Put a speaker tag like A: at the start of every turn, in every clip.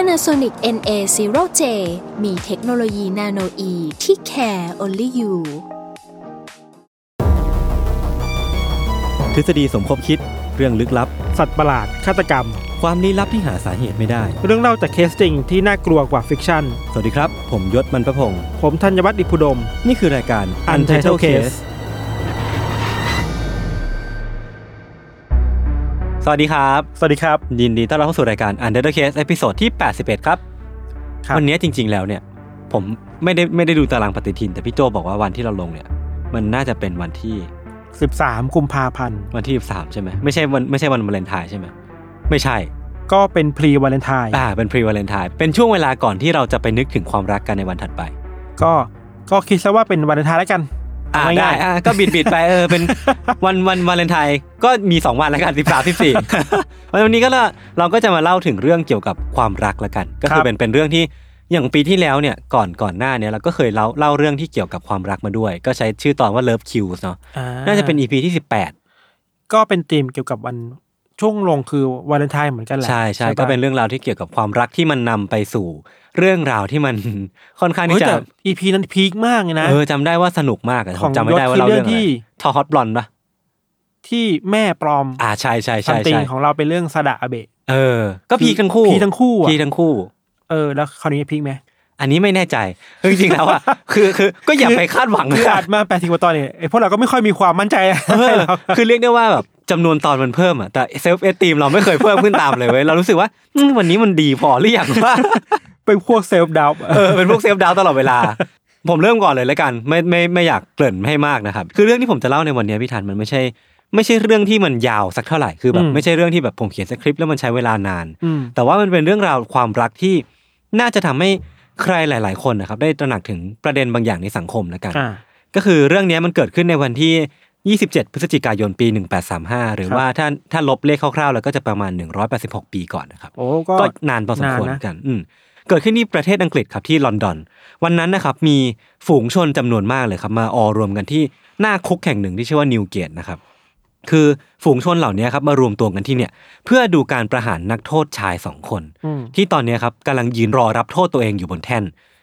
A: Panasonic NA0J มีเทคโนโลยีนาโนอีที่ care only you
B: ทฤษฎีสมคบคิดเรื่องลึกลับ
C: สัตว์ประหลาด ฆาตกรรม
B: ความลี้ลับที่หาสาเหตุไม่ได้
C: เรื่องเล่าจากเคสจริงที่น่ากลัวกว่าฟิกชั่น
B: สวัสดีครับ ผมยศมันประพงศ์
C: ผมธัญวัฒน์อิพุดม
B: นี่คือรายการ Untitled Case สวัสดีครับ
C: สวัสดีครับ
B: ยินดีต้อนรับเข้าสู่รายการ Untitled Case ตอนที่ 81 ครับ
C: ครับ
B: วันนี้จริง ๆ แล้วเนี่ย ผมไม่ได้ไม่ได้ดูตารางปฏิทิน แต่พี่โจบอกว่าวันที่เราลงเนี่ย มันน่าจะเป็นวันที่
C: 13กุมภาพันธ์
B: วันที่ 13 ใช่ไหมไม่ใช่วันไม่ใช่วันวาเลนไทน์ใช่ไหมไม่ใช่
C: ก็เป็นพรีวาเลนไทน์
B: อ่าเป็นพรีวาเลนไทน์เป็นช่วงเวลาก่อนที่เราจะไปนึกถึงความรักกันในวันถัดไป
C: ก็ก็คิดซะว่าเป็นวาเลนไทน์แล้วกัน
B: อ่า
C: เ
B: ได้อ่าก็บิดบิดไปเออเป็น วันวันวาเลนไทน์ก็มีสองวันละกันสิบสามสิบสี่ วันนี้ก็เราเราก็จะมาเล่าถึงเรื่องเกี่ยวกับความรักละกัน ก็คื
C: ครั
B: อบ เป็นเป็นเรื่องที่อย่างปีที่แล้วเนี่ยก่อนก่อนหน้าเนี่ยเราก็เคยเล่าเล่าเรื่องที่เกี่ยวกับความรักมาด้วย ก็ใช้ชื่อตอนว่า Love Cues เนาะ
C: อ่
B: น่าจะเป็น EP ที่
C: ก็เป็นธีมเกี่ยวกับวันช่วงลงคือวาเลนไทน์เหมือนกัน
B: 18
C: แหละ
B: ใช่ใช่
C: ปะ
B: ก็เป็นเรื่องราวที่เกี่ยวกับความรักที่มันนำไปสู่ เรื่องราวที่มัน ค่อนข้าง
C: เฮ้ย
B: ที่จะ
C: แต่ EP นั้นพีคมากเลยนะ
B: เออจำได้ว่าสนุกมากอะ
C: ของ
B: จำไม่ได้ว่า
C: คือ
B: เราเรื่องอะ
C: เรื่องที่
B: ไรทอฮอตบลอนปะ
C: ที่แม่ปลอม
B: อ่าใช่ใช่
C: ซั
B: ใช่
C: มติง
B: ใช่
C: ของเราเป็นเรื่องซาดะอาเบะ
B: เออ ก็พีคทั้งคู่
C: พีคทั้งคู่อะ
B: พีทั้งคู่
C: เออแล้วคราวนี้พีคไหม
B: อันนี้ไม่แน่ใจคือจริงๆแล้ว อ่ะ คือคือก็อย่าไปคาดหวัง
C: คืออัด
B: นะ
C: มาแปดสิบกว่าตอนเนี่ยไอพวกเราก็ไม่ค่อยมีความมั่นใจ
B: เออ
C: หรอก
B: คือเรียกได้ว่าแบบจำนวนตอนมันเพิ่มอ่ะ แต่เซลฟ์เอสตีมเราไม่เคยเพิ่มขึ้นตามเลยเว้ย เรารู้สึกว่าอืมวันนี้มันดีพอหรือยังว่า
C: เป็นพวกเซลฟ์ดาว
B: เออเป็นพวกเซฟดาวตลอดเวลา ผมเริ่มก่อนเลยแล้วกันไม่ไม่ไม่อยากเกริ่นให้มากนะครับ คือเรื่องที่ผมจะเล่าในวันนี้พี่ทันมันไม่ใช่ ไม่ใช่เรื่องที่มันยาวสักเท่าไหร่คือแบ
C: อื
B: บ
C: ม
B: ไม่ใช่เรื่องที่แบบผมเขียนสคริปต์แล้วมันใช้เวลานาน
C: อืม
B: แต่ว่ามันเป็นเรื่องราวความรักที่น่าจะทำให้ใครหลาย ๆ คนนะครับได้ตระหนักถึงประเด็นบางอย่างในสังคมแล้วกัน
C: อ่า
B: ก็คือเรื่องเนี้ยมันเกิดขึ้นในวันที่ 27 พฤศจิกายนปี 1835 หรือ
C: ครับ
B: ว่าถ้าถ้าลบเลขคร่าวๆ แล้วก็จะประมาณ 186 ปีก่อนนะครับ
C: โอ้ก็
B: ก็นานพอสมควรเห
C: นานนะ
B: มือนกันอืมเกิดขึ้นที่ประเทศอังกฤษครับที่ลอนดอน วันนั้นนะครับมีฝูงชนจำนวนมากเลยครับ มาออรวมกันที่หน้าคุกแห่งหนึ่งที่ชื่อว่านิวเกตนะครับ คือฝูงชนเหล่านี้ครับมารวมตัวกันที่เนี่ย เพื่อดูการประหารนักโทษชายสองคน
C: อืม
B: ที่ตอนเนี้ยครับกำลังยืนรอรับโทษตัวเองอยู่บนแท่น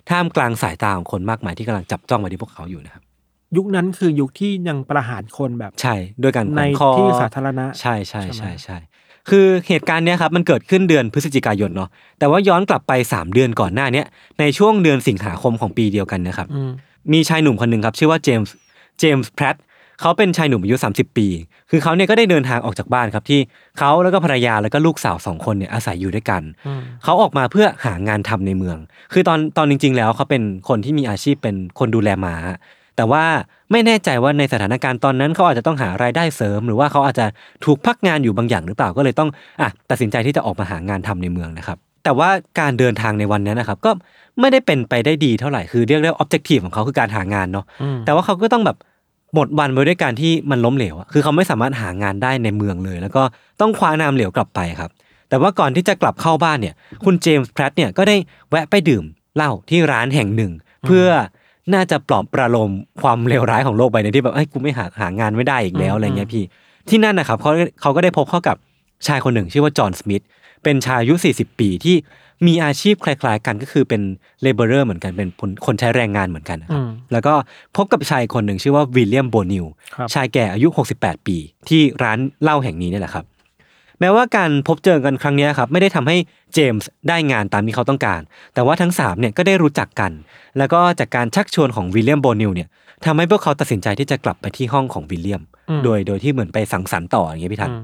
B: ท่ามกลางสายตาของคนมากมายที่กำลังจับจ้องมาที่พวกเขาอยู่นะครับ
C: ยุคนั้นคือยุคที่ยังประหารคนแบบ
B: ใช่ด้วยการแขวน
C: ใน
B: คอ
C: ที่สาธารณะ
B: ใช่ใช่
C: ใช่
B: ใช่
C: ไหม
B: ใช่ คือเหตุการณ์เนี้ยครับมันเกิดขึ้นเดือนพฤศจิกายนเนาะ แต่ว่าย้อนกลับไป 3 เดือนก่อนหน้าเนี้ยในช่วงเดือนสิงหาคมของปีเดียวกันเนะครับ
C: อืม
B: มีชายหนุ่มคนหนึ่งครับ ชื่อว่าเจมส์เจมส์แพรตเขาเป็นชายหนุ่มอายุ 30 ปี คือเขาเนี่ยก็ได้เดินทางออกจากบ้านครับที่เขาแล้วก็ภรรยาแล้วก็ลูกสาวสองคนเนี่ยอาศัยอยู่ด้วยกัน
C: อืม
B: เขาออกมาเพื่อหางานทำในเมือง คือตอนตอนจริง ๆ แล้วเขาเป็นคนที่มีอาชีพเป็นคนดูแลหมา แต่ว่าไม่แน่ใจว่าในสถานการณ์ตอนนั้นเขาอาจจะต้องหารายได้เสริม หรือว่าเขาอาจจะถูกพักงานอยู่บางอย่างหรือเปล่าก็เลยต้องอ่ะตัดสินใจที่จะออกมาหางานทำในเมืองนะครับ แต่ว่าการเดินทางในวันนั้นนะครับก็ไม่ได้เป็นไปได้ดีเท่าไหร่คือเรียกได้ว่าออบเจกตีฟของเขาคือการหางานเนาะ
C: อืม
B: แต่ว่าเขาก็ต้องแบบหมดวันไปด้วยการที่มันล้มเหลวอะคือเขาไม่สามารถหางานได้ในเมืองเลย แล้วก็ต้องคว้าน้ำเหลวกลับไปครับ แต่ว่าก่อนที่จะกลับเข้าบ้านเนี่ย คุณเจมส์แพรตเนี่ยก็ได้แวะไปดื่มเหล้าที่ร้านแห่งหนึ่ง เพื่อน่าจะปลอบประโลมความเลวร้ายของโลกใบนี้ที่แบบไอ้ยกูไม่หาหางานไม่ได้อีกแล้ว
C: อืม
B: อะไรเงี้ยพี่ ที่นั่นนะครับเขาเขาก็ได้พบเข้ากับชายคนหนึ่งชื่อว่าจอห์นสมิธเป็นชายอายุ 40 ปีที่มีอาชีพคล้ายๆ กันก็คือเป็นเลเบอร์เหมือนกันเป็นคนคนใช้แรงงานเหมือนกันนะครับ
C: อืม
B: แล้วก็พบกับชายคนหนึ่งชื่อว่าวิลเลียมโบนิว
C: ครับ
B: ชายแก่อายุ 68 ปี ที่ร้านเหล้าแห่งนี้เนี่ยแหละครับ แม้ว่าการพบเจอกันครั้งเนี้ยครับไม่ได้ทำให้เจมส์ได้งานตามที่เขาต้องการ แต่ว่าทั้งสามเนี่ยก็ได้รู้จักกัน แล้วก็จากการชักชวนของวิลเลียมโบนิวเนี่ยทำให้พวกเขาตัดสินใจที่จะกลับไปที่ห้องของวิลเลียม
C: อืม
B: โดยโดยที่เหมือนไปสังสรรค์ต่ออย่างเงี้ยพี่ทัน
C: อืม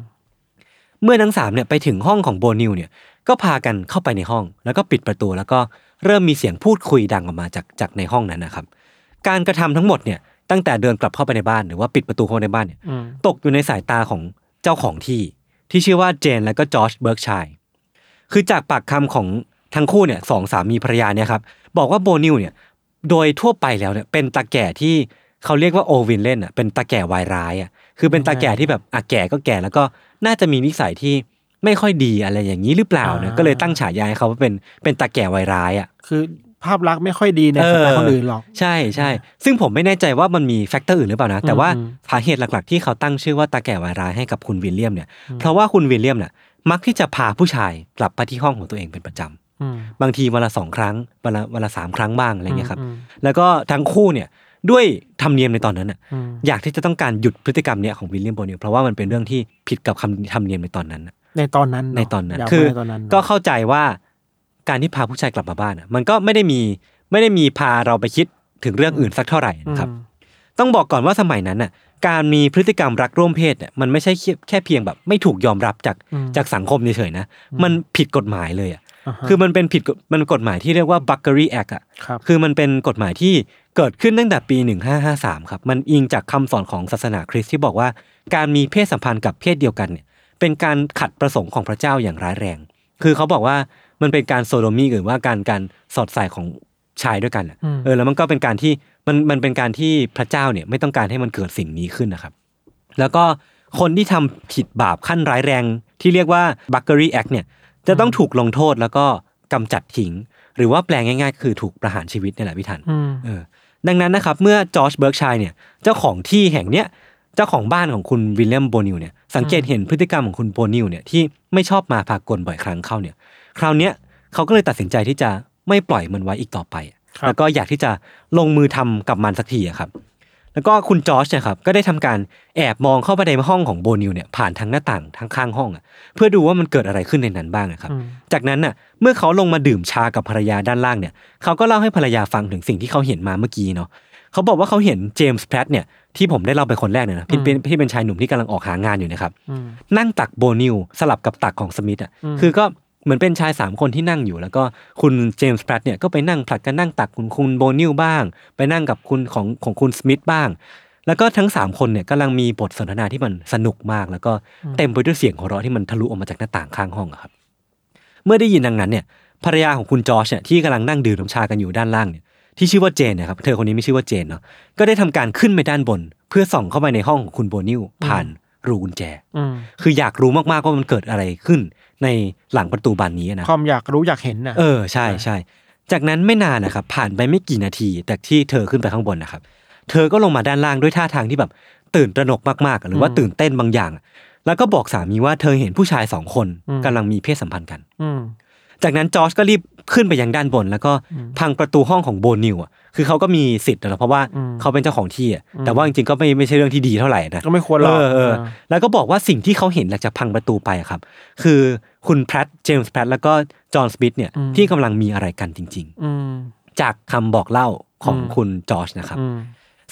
B: เมื่อทั้งสามเนี่ยไปถึงห้องของโบนิวเนี่ยก็พากันเข้าไปในห้อง แล้วก็ปิดประตูแล้วก็เริ่มมีเสียงพูดคุยดังออกมาจากจากในห้องนั้นนะครับ การกระทำทั้งหมดเนี่ยตั้งแต่เดินกลับเข้าไปในบ้านหรือว่าปิดประตูเข้าไปในบ้านเนี่ย
C: อืม
B: ตกอยู่ในสายตาของเจ้าของที่ ที่ชื่อว่าเจนและก็จอร์จเบิร์กชัยคือจากปากคำของท ทั้งคู่เนี่ยสองสามีภรรยาเนี่ยครับบอกว่าโบนิวเนี่ยโดยทั่วไปแล้วเนี่ยเป็นตาแก่ที่เขาเรียกว่าโอวินเล่นอ่ะเป็นตาแก่วายร้ายอ่ะคือเป็นตาแก่ที่แบบอ่ะแก่ก็แก่แล้วก็น่าจะมีนิสัยที่ไม่ค่อยดีอะไรอย่างนี้หรือเปล่าเนี่ย
C: อ่า
B: ก็เลยตั้งฉายาให้เขาว่าเป็นเป็นตาแก่วายร้ายอ่ะ
C: คือภาพลักษณ์ไม่ค่อยดีในสายตาคนอื่นหรอก
B: ใช่ใช่ซึ่งผมไม่แน่ใจว่ามันมีแฟกเตอร์อื่นหรือเปล่านะ แต่ว่า
C: อืม
B: สาเหตุหลักๆ ที่เขาตั้งชื่อว่าตาแก่วายร้ายให้กับคุณวิลเลียมเนี่ย เพราะว่าคุณวิลเลียมเนี่ยมักที่จะพาผู้ชายกลับไปที่ห้องของตัวเองเป็นประจำ
C: อืม
B: บางทีวันละสองครั้งวันละวันละสามครั้งบ้างอะไรเงี้ยครับ
C: ม
B: แล้วก็ทั้งคู่เนี่ยด้วยธรรมเนียมในตอนนั้นน่ะ
C: อืม
B: อยากที่จะต้องการหยุดพฤติกรรมเนี่ยของวิลเลียมโบนิวเพราะว่ามันเป็นเรื่องที่ผิดกับคำธรรมเนียมในตอนนั้นน่ะ
C: ในตอนนั้นเะ
B: ในตอนนั้น
C: ยาก
B: คือ
C: ไปในตอนนั้น
B: ก็เข้าใจว่าการที่พาผู้ชายกลับมาบ้านอะมันก็ไม่ได้มีไม่ได้มีพาเราไปคิดถึงเรื่องอื่นสักเท่าไหร่นะครับ
C: อืม
B: ต้องบอกก่อนว่าสมัยนั้นน่ะการมีพฤติกรรมรักร่วมเพศเนี่ยมันไม่ใช่แค่แค่เพียงแบบ ไม่ถูกยอมรับจาก
C: อืม
B: จากสังคมเฉยๆนะมันผิดกฎหมายเลยอ่ะ
C: าฮะ
B: คือมันเป็นผิดกฎมันกฎหมายที่เรียกว่า Buckery Act อ่ะ
C: ครับ
B: คือมันเป็นกฎหมายที่เกิดขึ้นตั้งแต่ปี 1553ครับมันอิงจากคำสอนของศาสนาคริสต์ที่บอกว่าการมีเพศสัมพันธ์กับเพศเดียวกันเนี่ยเป็นการขัดประสงค์ของพระเจ้าอย่างร้ายแรง คือเขาบอกว่ามันเป็นการโซโดมีหรือว่าการการสอดใส่ของชายด้วยกันอะ
C: อืม
B: เออแล้วมันก็เป็นการที่มันมันเป็นการที่พระเจ้าเนี่ยไม่ต้องการให้มันเกิดสิ่งนี้ขึ้นนะครับ แล้วก็คนที่ทำผิดบาปขั้นร้ายแรงที่เรียกว่า Buckery Act เนี่ยจะต้องถูกลงโทษแล้วก็กำจัดทิ้ง หรือว่าแปลงง่ายๆ คือถูกประหารชีวิตนี่แหละพี่ทัน
C: อืม
B: เออดังนั้นนะครับเมื่อจอร์จเบิร์กชัยเนี่ยเจ้าของที่แห่งเนี้ยเจ้าของบ้านของคุณวิลเลียมโบนิวเนี่ยสังเกตเห็นพฤติกรรมของคุณโบนิวเนี่ยที่ไม่ชอบมาพากลบ่อยครั้งเข้าเนี่ยคราวเนี้ยเขาก็เลยตัดสินใจที่จะไม่ปล่อยมันไว้อีกต่อไป
C: ครับ
B: แล้วก็อยากที่จะลงมือทำกับมันสักทีอะครับ แล้วก็คุณจอร์จเนยครับก็ได้ทำการแอบมองเข้าไปในห้องของโบนิวเนี่ยผ่านทางหน้าต่างทางข้างห้องอะเพื่อดูว่ามันเกิดอะไรขึ้นในนั้นบ้างอะครับ
C: อืม
B: จากนั้นน่ะเมื่อเขาลงมาดื่มชากับภรรยาด้านล่างเนี่ยเขาก็เล่าให้ภรรยาฟังถึงสิ่งที่เขาเห็นมาเมื่อกี้เนาะเขาบอกว่าเขาเห็นเจมส์แพรตเนี่ยที่ผมได้เล่าไปคนแรกเนี่ยนะที่เป็นที่เป็นชายหนุ่มที่กำลังออกหางานอยู่นะครับ
C: อืม
B: นั่งตักโบนิวสลับกับตักของสมิธอ่ะ
C: อืม
B: คือก็เหมือนเป็นชายสามคนที่นั่งอยู่ แล้วก็คุณเจมส์แพรตเนี่ยก็ไปนั่งผลัดกันนั่งตักคุณคุณโบนิวบ้าง ไปนั่งกับคุณของของคุณสมิธบ้าง แล้วก็ทั้งสามคนเนี่ยกำลังมีบทสนทนาที่มันสนุกมาก แล้วก็เต็มไปด้วยเสียงหัวเราะที่มันทะลุออกมาจากหน้าต่างข้างห้องอะครับ เมื่อได้ยินดังนั้นเนี่ยภรรยาของคุณจอชเนี่ยที่กำลังนั่งดื่มน้ำชากันอยู่ด้านล่างเนี่ยที่ชื่อว่าเจนนะครับเธอคนนี้ไม่ชื่อว่าเจนเนาะก็ได้ทำการขึ้นไปด้านบน เพื่อส่องเข้าไปในห้องของคุณโบนิวผ่านรูกุญแจ
C: อืม
B: คืออยากรู้มากๆว่ามันเกิดอะไรขึ้นในหลังประตูบานนี้นะ
C: ความอยากรู้อยากเห็นน่ะ
B: เออใช่ใช่จากนั้นไม่นานนะครับ ผ่านไปไม่กี่นาทีแต่ที่เธอขึ้นไปข้างบนนะครับ เธอก็ลงมาด้านล่างด้วยท่าทางที่แบบตื่นตระหนกมากๆอะหรือว่า
C: อืม
B: ตื่นเต้นบางอย่างอะแล้วก็บอกสามีว่าเธอเห็นผู้ชายสองคน
C: อืม
B: กำลังมีเพศสัมพันธ์กัน
C: อืม
B: จากนั้นจอร์จก็รีบขึ้นไปยังด้านบน แล้วก็
C: อืม
B: พังประตูห้องของโบนิวอ่ะคือเขาก็มีสิทธิ์นะเพราะว่า
C: อืม
B: เขาเป็นเจ้าของที่อ่ะ
C: อืม
B: แต่ว่าจริงๆก็ไม่ไม่ใช่เรื่องที่ดีเท่าไหร่นะ
C: ก็ไม่ควรหรอก
B: เออเออแล้วก็บอกว่าสิ่งที่เขาเห็นหลังจากพังประตูไปอะครับ คือคุณแพรตเจมส์แพรตแล้วก็จอห์นสมิธเนี่ย
C: อืม
B: ที่กำลังมีอะไรกันจริง
C: อืม
B: ๆ จากคำบอกเล่าของ
C: อืม
B: คุณจอร์จนะครับ
C: อืม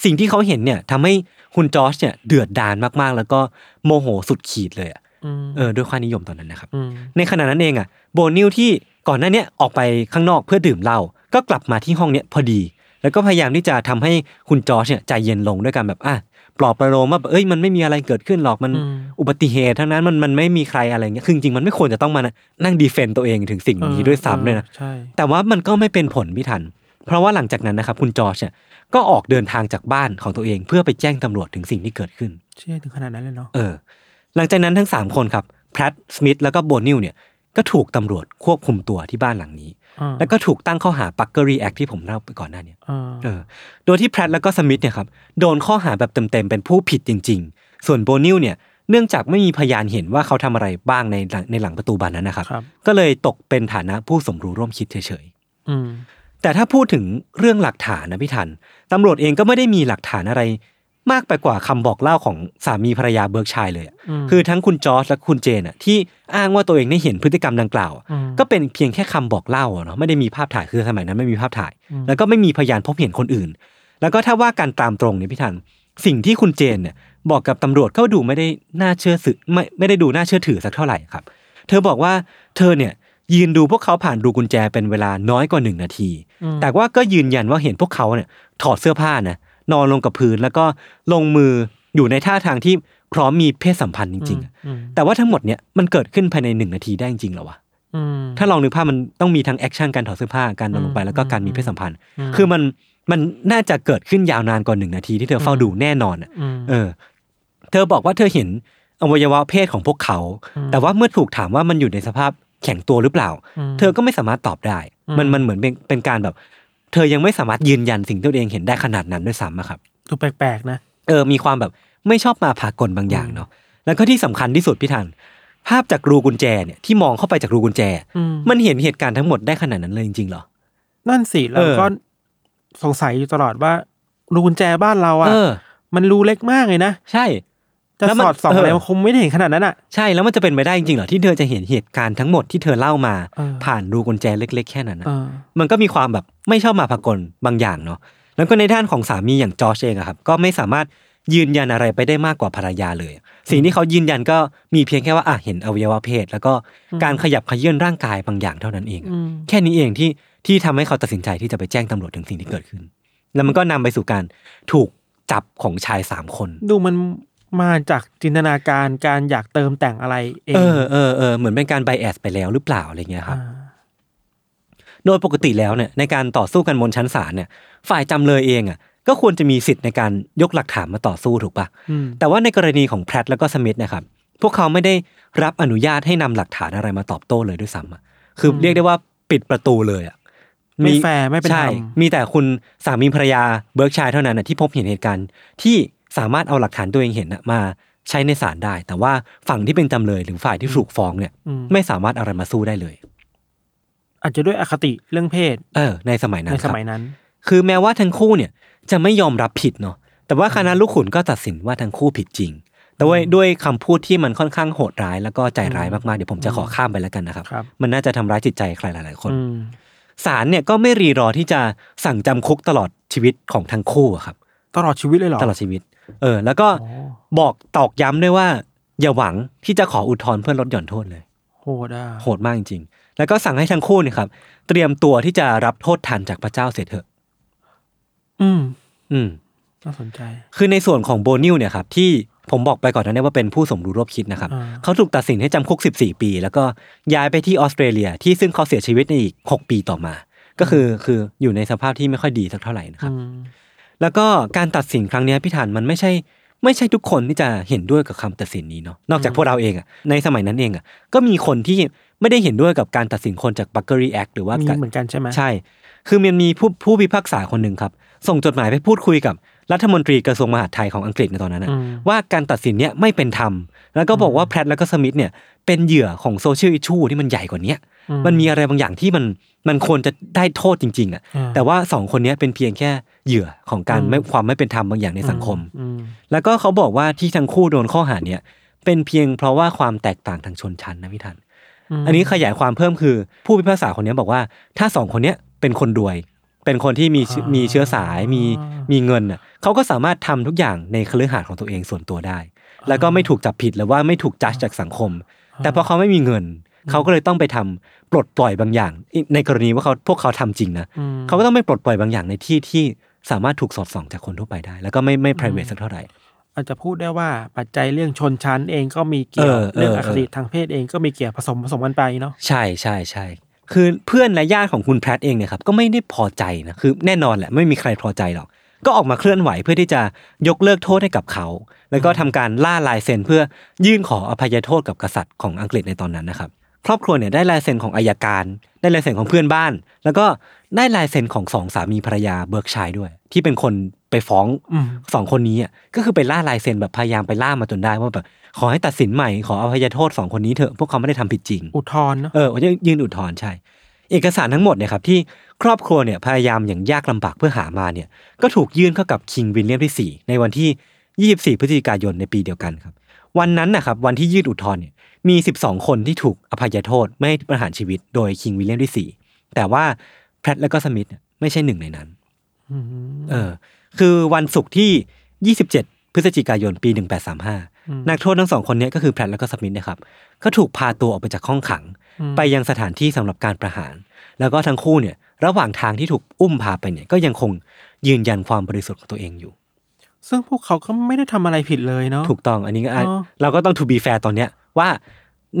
B: สิ่งที่เขาเห็นเนี่ยทำให้คุณจอร์จเนี่ยเดือดดานมากๆ แล้วก็โมโหสุดขีดเลยอะ
C: อืม
B: เออด้วยความนิยมตอนนั้นนะครับ
C: อืม
B: ในขณะนั้นเองอ่ะโบนิวที่ก่อนหน้าเนี้ยออกไปข้างนอกเพื่อดื่มเหล้าก็กลับมาที่ห้องเนี้ยพอดี แล้วก็พยายามที่จะทำให้คุณจอร์จเนี่ยใจเย็นลงด้วยการแบบอ่ะปลอบประโลมว่าแบบเอ้ยมันไม่มีอะไรเกิดขึ้นหรอกมัน
C: อืม
B: อุบัติเหตุทั้งนั้นมันมันไม่มีใครอะไรเงี้ยคือจริงๆมันไม่ควรจะต้องมานั่งดีเฟนต์ตัวเองถึงสิ่งนี้ด้วยซ้ำเลยนะ
C: ออใช่
B: แต่ว่ามันก็ไม่เป็นผลพี่ทัน เพราะว่าหลังจากนั้นนะครับคุณจอร์จเนี่ยก็ออกเดินทางจากบ้านของตัวเอง เพื่อไปแจ้งตำรวจถึงสิ่งที่เกิดขึ้น
C: เชื่อถึงขนาดนั้นเลยเนาะ
B: เออหลังจากนั้นทั้ง 3 คนครับแพรตสมิธแล้วก็โบนิวเนี่ยก็ถูกตำรวจควบคุมตัวที่บ้านหลังนี้
C: อ่า
B: แล้วก็ถูกตั้งข้อหาปักเกอรี่แอคที่ผมเล่าไปก่อนหน้าเนี้
C: อ่า
B: เออโดยที่แพรตแล้วก็สมิธเนี่ยครับโดนข้อหาแบบเต็มๆเป็นผู้ผิดจริง ๆ ส่วนโบนิวเนี่ยเนื่องจากไม่มีพยานเห็นว่าเขาทำอะไรบ้างในหลังในหลังประตูบานนั้นนะครับ
C: ครับ
B: ก็เลยตกเป็นฐานะผู้สมรู้ร่วมคิดเฉยๆ
C: อืม
B: แต่ถ้าพูดถึงเรื่องหลักฐานนะพี่ทัน ตำรวจเองก็ไม่ได้มีหลักฐานอะไร มากไปกว่าคำบอกเล่าของสามีภรรยาเบิร์กชัยเลยอะ
C: อืม
B: คือทั้งคุณจอร์จและคุณเจนอะที่อ้างว่าตัวเองได้เห็นพฤติกรรมดังกล่าวอะ
C: อืม
B: ก็เป็นเพียงแค่คำบอกเล่าอะเนาะไม่ได้มีภาพถ่ายคือสมัยนั้นไม่มีภาพถ่าย
C: อืม
B: แล้วก็ไม่มีพยานพบเห็นคนอื่น แล้วก็ถ้าว่าการตามตรงเนี่ยพี่ทัน สิ่งที่คุณเจนเนี่ยบอกกับตำรวจก็ดูไม่ได้น่าเชื่อสือไม่ไม่ได้ดูน่าเชื่อถือสักเท่าไหร่ครับ เธอบอกว่าเธอเนี่ยยืนดูพวกเขาผ่านรูกุญแจเป็นเวลาน้อยกว่าหนึ่งนาที
C: อืม
B: แต่ว่าก็ยืนยันว่าเห็นพวกเขาเนี่ยถอดเสื้อผ้านะนอนลงกับพื้นแล้วก็ลงมืออยู่ในท่าทางที่พร้อมมีเพศสัมพันธ์จริงๆอะ
C: อืม
B: แต่ว่าทั้งหมดเนี่ยมันเกิดขึ้นภายในหนึ่งนาทีได้จริงๆเหรอวะ
C: อืม
B: ถ้าลองนึกภาพมันต้องมีทั้งแอคชั่นการถอดเสื้อผ้าการนอนลงไป
C: อืม
B: แล้วก็การมี
C: อืม
B: เพศสัมพันธ์
C: ม
B: คือมันมันน่าจะเกิดขึ้นยาวนานกว่าหนึ่งนาทีที่เธอเฝ้า
C: อืม
B: ดูแน่นอนอะ
C: ม
B: เออ เธอบอกว่าเธอเห็นอวัยวะเพศของพวกเขา
C: อืม
B: แต่ว่าเมื่อถูกถามว่ามันอยู่ในสภาพแข็งตัวหรือเปล่า
C: ม
B: เธอก็ไม่สามารถตอบได้
C: อืม
B: มันมันเหมือนเป็นเป็นการแบบ เธอยังไม่สามารถยืนยันสิ่งที่ตัวเองเห็นได้ขนาดนั้นด้วยซ้ำอะครับ
C: ดูแปลกๆนะ
B: เออ มีความแบบไม่ชอบมาพากลบางอย่าง
C: อืม
B: เนาะ แล้วก็ที่สำคัญที่สุดพี่ทัน ภาพจากรูกุญแจเนี่ยที่มองเข้าไปจากรูกุญแจ
C: อืม
B: มันเห็นเหตุการณ์ทั้งหมดได้ขนาดนั้นเลยจริงๆเหรอ
C: นั่นสิเรา
B: เออ
C: ก็สงสัยอยู่ตลอดว่ารูกุญแจบ้านเราอ่ะ
B: เออ
C: มันรูเล็กมากเลยนะ
B: ใช่
C: จะ
B: แล้วมั
C: ส
B: น
C: อดส่องอะไร
B: เออ
C: มันคงไม่ได้เห็นขนาดนั้นอ่ะ
B: ใช่แล้วมันจะเป็นไปได้จริงๆเหรอที่เธอจะเห็นเหตุการณ์ทั้งหมดที่เธอเล่ามา
C: เออ
B: ผ่านรูกุญแจเล็ก ๆ แค่นั้นนะ
C: เออ
B: มันก็มีความแบบไม่ชอบมาพากลบางอย่างเนาะแล้วก็ในด้านของสามีอย่างจอร์จเองอะครับก็ไม่สามารถยืนยันอะไรไปได้มากกว่าภรรยาเลย สิ่งที่เขายืนยันก็มีเพียงแค่ว่าอ่ะเห็นอวัยวะเพศ แล้วก็
C: อืม
B: การขยับเขยื่อนร่างกายบางอย่างเท่านั้นเองอะ
C: อืม
B: แค่นี้เองที่ที่ทำให้เขาตัดสินใจที่จะไปแจ้งตำรวจถึงสิ่งที่เกิดขึ้น แล้วมันก็นำไปสู่การถูกจับของชายสามคน
C: ดูมันมาจากจินตนาการการอยากเติมแต่งอะไรเอง
B: เออเออเออเหมือนเป็นการไบแอสไปแล้วหรือเปล่าอะไรเงี้ยครับ
C: อ่า
B: โดยปกติแล้วเนี่ยในการต่อสู้กันบนชั้นศาลเนี่ย ฝ่ายจำเลยเองอ่ะก็ควรจะมีสิทธิ์ในการยกหลักฐานมาต่อสู้ถูกปะ
C: อืม
B: แต่ว่าในกรณีของแพทแล้วก็สมิธนะครับ พวกเขาไม่ได้รับอนุญาตให้นำหลักฐานอะไรมาตอบโต้เลยด้วยซ้ำอะคือเรียกได้ว่าปิดประตูเลยอ่ะ
C: ไม่แฟร์ไม่เป็นธร
B: ใช่
C: รม
B: มีแต่คุณสามีภรรยาเบิร์กชัยเท่านั้นนะที่พบเห็นเหตุการณ์ที่สามารถเอาหลักฐานตัวเองเห็นนะมาใช้ในศาลได้ แต่ว่าฝั่งที่เป็นจำเลยหรือฝ่ายที่ถูกฟ้องเนี่ย
C: อืม
B: ไม่สามารถเอาอะไรมาสู้ได้เลย
C: อาจจะด้วยอคติเรื่องเพศ
B: เออ ในสมัยนั้
C: ใน
B: นค
C: ส
B: รับ
C: มัยนั้น
B: คือแม้ว่าทั้งคู่เนี่ยจะไม่ยอมรับผิดเนาะแต่ว่าคณะลูกขุนก็ตัดสินว่าทั้งคู่ผิดจริง แต่ว่าด้วยคำพูดที่มันค่อนข้างโหดร้ายแล้วก็ใจร้ายมากๆเดี๋ยวผมจะขอข้ามไปแล้วกันนะครับ
C: ครับ
B: มันน่าจะทำร้ายจิตใจใครหลายๆคน
C: อืม
B: ศาลเนี่ยก็ไม่รีรอที่จะสั่งจำคุกตลอดชีวิตของทั้งคู่อะครับ
C: ตลอดชีวิตเลยเหรอ
B: ตลอดชีวิต เออ แล้วก็
C: โอ้
B: บอกตอกย้ำด้วยว่า อย่าหวังที่จะขออุทธรณ์เพื่อลดหย่อนโทษเลย
C: โหดอ่ะ
B: โหดมากจริงๆ แล้วก็สั่งให้ทั้งคู่เนี่ยครับ เตรียมตัวที่จะรับโทษทันจากพระเจ้าเสียเถอะ
C: อืม
B: อืม
C: น่าสนใจ
B: คือในส่วนของโบนิวเนี่ยครับที่ผมบอกไปก่อนหนั้านว่าเป็นผู้สมรู้ร่วมคิดนะครับ
C: อ่า
B: เขาถูกตัดสินให้จำคุก 14 ปี แล้วก็ย้ายไปที่ออสเตรเลียที่ซึ่งเขาเสียชีวิตในอีก 6 ปีต่อมา ก็คือคืออยู่ในสภาพที่ไม่ค่อยดีสักเท่าไหร่นะครับ
C: อืม
B: แล้วก็การตัดสินครั้งเนี้ยพี่ธันมันไม่ใช่ ไม่ใช่ทุกคนที่จะเห็นด้วยกับคำตัดสินนี้เนาะนอกจากพวกเราเองอะในสมัยนั้นเองอะก็มีคนที่ไม่ได้เห็นด้วยกับการตัดสินคนจากบัคเกอรี่แอคหรือว่า
C: มี
B: การ
C: เหมือนกันใช่ไหม
B: ใช่ คือมันมีผู้ผู้พิพากษาคนหนึ่งครับ ส่งจดหมายไปพูดคุยกับรัฐมนตรีกระทรวงมหาดไทยของอังกฤษในตอนนั้นนะ
C: อืม
B: ว่าการตัดสินเนี่ยไม่เป็นธรรม แล้วก็บอกว่าแพทแล้วก็สมิธเนี่ยเป็นเหยื่อของโซเชียลอิชชูที่มันใหญ่กว่าเนี้ย
C: อืม
B: มันมีอะไรบางอย่างที่มันมันควรจะได้โทษจริงๆอะ
C: อ่
B: แต่ว่าสองคนเนี้ยเป็นเพียงแค่เหยื่อของการ
C: อืม
B: ไม่ความไม่เป็นธรรมบางอย่างในสังคม
C: อืม
B: แล้วก็เขาบอกว่าที่ทั้งคู่โดนข้อหาเนี่ยเป็นเพียงเพราะว่าความแตกต่างทางชนชั้นนะพี่ทัน
C: ม
B: อันนี้ขยายความเพิ่มคือผู้พิพากษาคนเนี้ยบอกว่า ถ้าสองคนเนี้ยเป็นคนรวย เป็นคนที่มีเชื้อมีเชื้อสายมีมีเงินน่ะเขาก็สามารถทำทุกอย่างในคฤหาสน์ของตัวเองส่วนตัวได้ แล้วก็ไม่ถูกจับผิดหรือว่าไม่ถูกจัดจากสังคม แต่พอเขาไม่มีเงิน เขาก็เลยต้องไปทำปลดปล่อยบางอย่าง ในกรณีว่าเขาพวกเขาทำจริงนะ
C: อืม
B: เขาก็ต้องไปปลดปล่อยบางอย่างในที่ที่สามารถถูกสอดส่องจากคนทั่วไปได้ แล้วก็ไม่ไม่ private สักเท่าไหร่
C: อาจจะพูดได้ว่าปัจจัยเรื่องชนชั้นเองก็มีเกี่ยว
B: เออเออ
C: เรื่องอคติ
B: เออ
C: ทางเพศเองก็มีเกี่ยวผสมผสมกันไปเนาะ
B: ใช่ใช่ใช่คือเพื่อนและญาติของคุณแพทเองเนี่ยครับก็ไม่ได้พอใจนะคือแน่นอนแหละไม่มีใครพอใจหรอก ก็ออกมาเคลื่อนไหวเพื่อที่จะยกเลิกโทษให้กับเขา แล้วก็ทำการล่าลายเซ็นเพื่อยื่นขออภัยโทษกับกษัตริย์ของอังกฤษในตอนนั้นนะครับ ครอบครัวเนี่ยได้ลายเซ็นของอายการ ได้ลายเซ็นของเพื่อนบ้าน แล้วก็ได้ลายเซ็นของสองสามีภรรยาเบิร์กชัยด้วย ที่เป็นคนไปฟ้อง
C: อืม
B: สองคนนี้อ่ะก็คือไปล่าลายเซ็นแบบพยายามไปล่ามาจนได้ว่าแบบขอให้ตัดสินใหม่ขออภัยโทษสองคนนี้เถอะพวกเขาไม่ได้ทำผิดจริง
C: อุทธรณ์เนาะ
B: เออยื่นยื่นอุทธรณ์ใช่ เอกสารทั้งหมดเนี่ยครับที่ครอบครัวเนี่ยพยายามอย่างยากลำบากเพื่อหามาเนี่ยก็ถูกยื่นเข้ากับคิงวิลเลียมที่ 4 ในวันที่ 24 พฤศจิกายนในปีเดียวกันครับ วันนั้นนะครับวันที่ยื่นอุทธรณ์เนี่ยมี 12 คนที่ถูกอภัยโทษไม่ให้ประหารชีวิตโดยคิงวิลเลียมที่ 4 แต่ว่าแพทและก็สมิธเนี่ยไม่ใช่หนึ่งในนั้น
C: อืม
B: เออคือวันศุกร์ที่ 27 พฤศจิกายนปี 1835
C: อืม
B: นักโทษทั้งสองคนเนี้ก็คือแพทแล้วก็สมิธเนะครับก็ถูกพาตัวออกไปจากห้องขัง ไปยังสถานที่สำหรับการประหาร แล้วก็ทั้งคู่เนี่ยระหว่างทางที่ถูกอุ้มพาไปเนี่ยก็ยังคงยืนยันความบริสุทธิ์ของตัวเองอยู่
C: ซึ่งพวกเขาก็ไม่ได้ทำอะไรผิดเลยเนาะ
B: ถูกต้องอันนี้ก็อาจ
C: อ๋อ
B: เราก็ต้อง to be fair ตอนเนี้ยว่า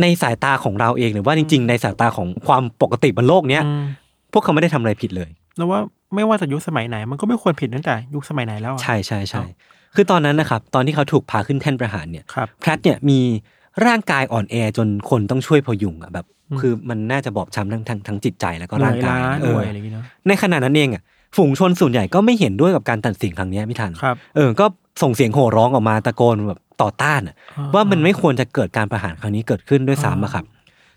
B: ในสายตาของเราเองหรือว่าจริง ๆ ในสายตาของความปกติบนโลกเนี้ย
C: อืม
B: พวกเขาไม่ได้ทำอะไรผิดเลย
C: แล้วว่าไม่ว่าจะยุคสมัยไหน มันก็ไม่ควรผิดตั้งแต่ยุคสมัยไหนแล้วอะ
B: ใช่ใช่ใช่คือตอนนั้นนะครับตอนที่เขาถูกพาขึ้นแท่นประหารเนี่ย
C: ครับ
B: แพทย์เนี่ยมีร่างกายอ่อนแอจนคนต้องช่วยพยุงอ่ะแบบ
C: อืม
B: คือมันน่าจะบอบช้ำทั้งทั้งทั้งจิตใจแล้วก็
C: หน่
B: ร่า
C: วย
B: งกาย
C: ล้า
B: นะ
C: ห
B: เอ
C: น่
B: อ
C: วยอะไรอย่างเงี้ยเนาะ
B: ในขณะนั้นเองอ่ะฝูงชนส่วนใหญ่ก็ไม่เห็นด้วยกับการตัดสินครั้งเนี้ยพี่ทัน
C: ครับ
B: เออก็ส่งเสียงโห่ร้องออกมาตะโกนแบบต่อต้านอะว่ามันไม่ควรจะเกิดการประหารครั้งนี้เกิดขึ้นด้วยซ้ำอะครับ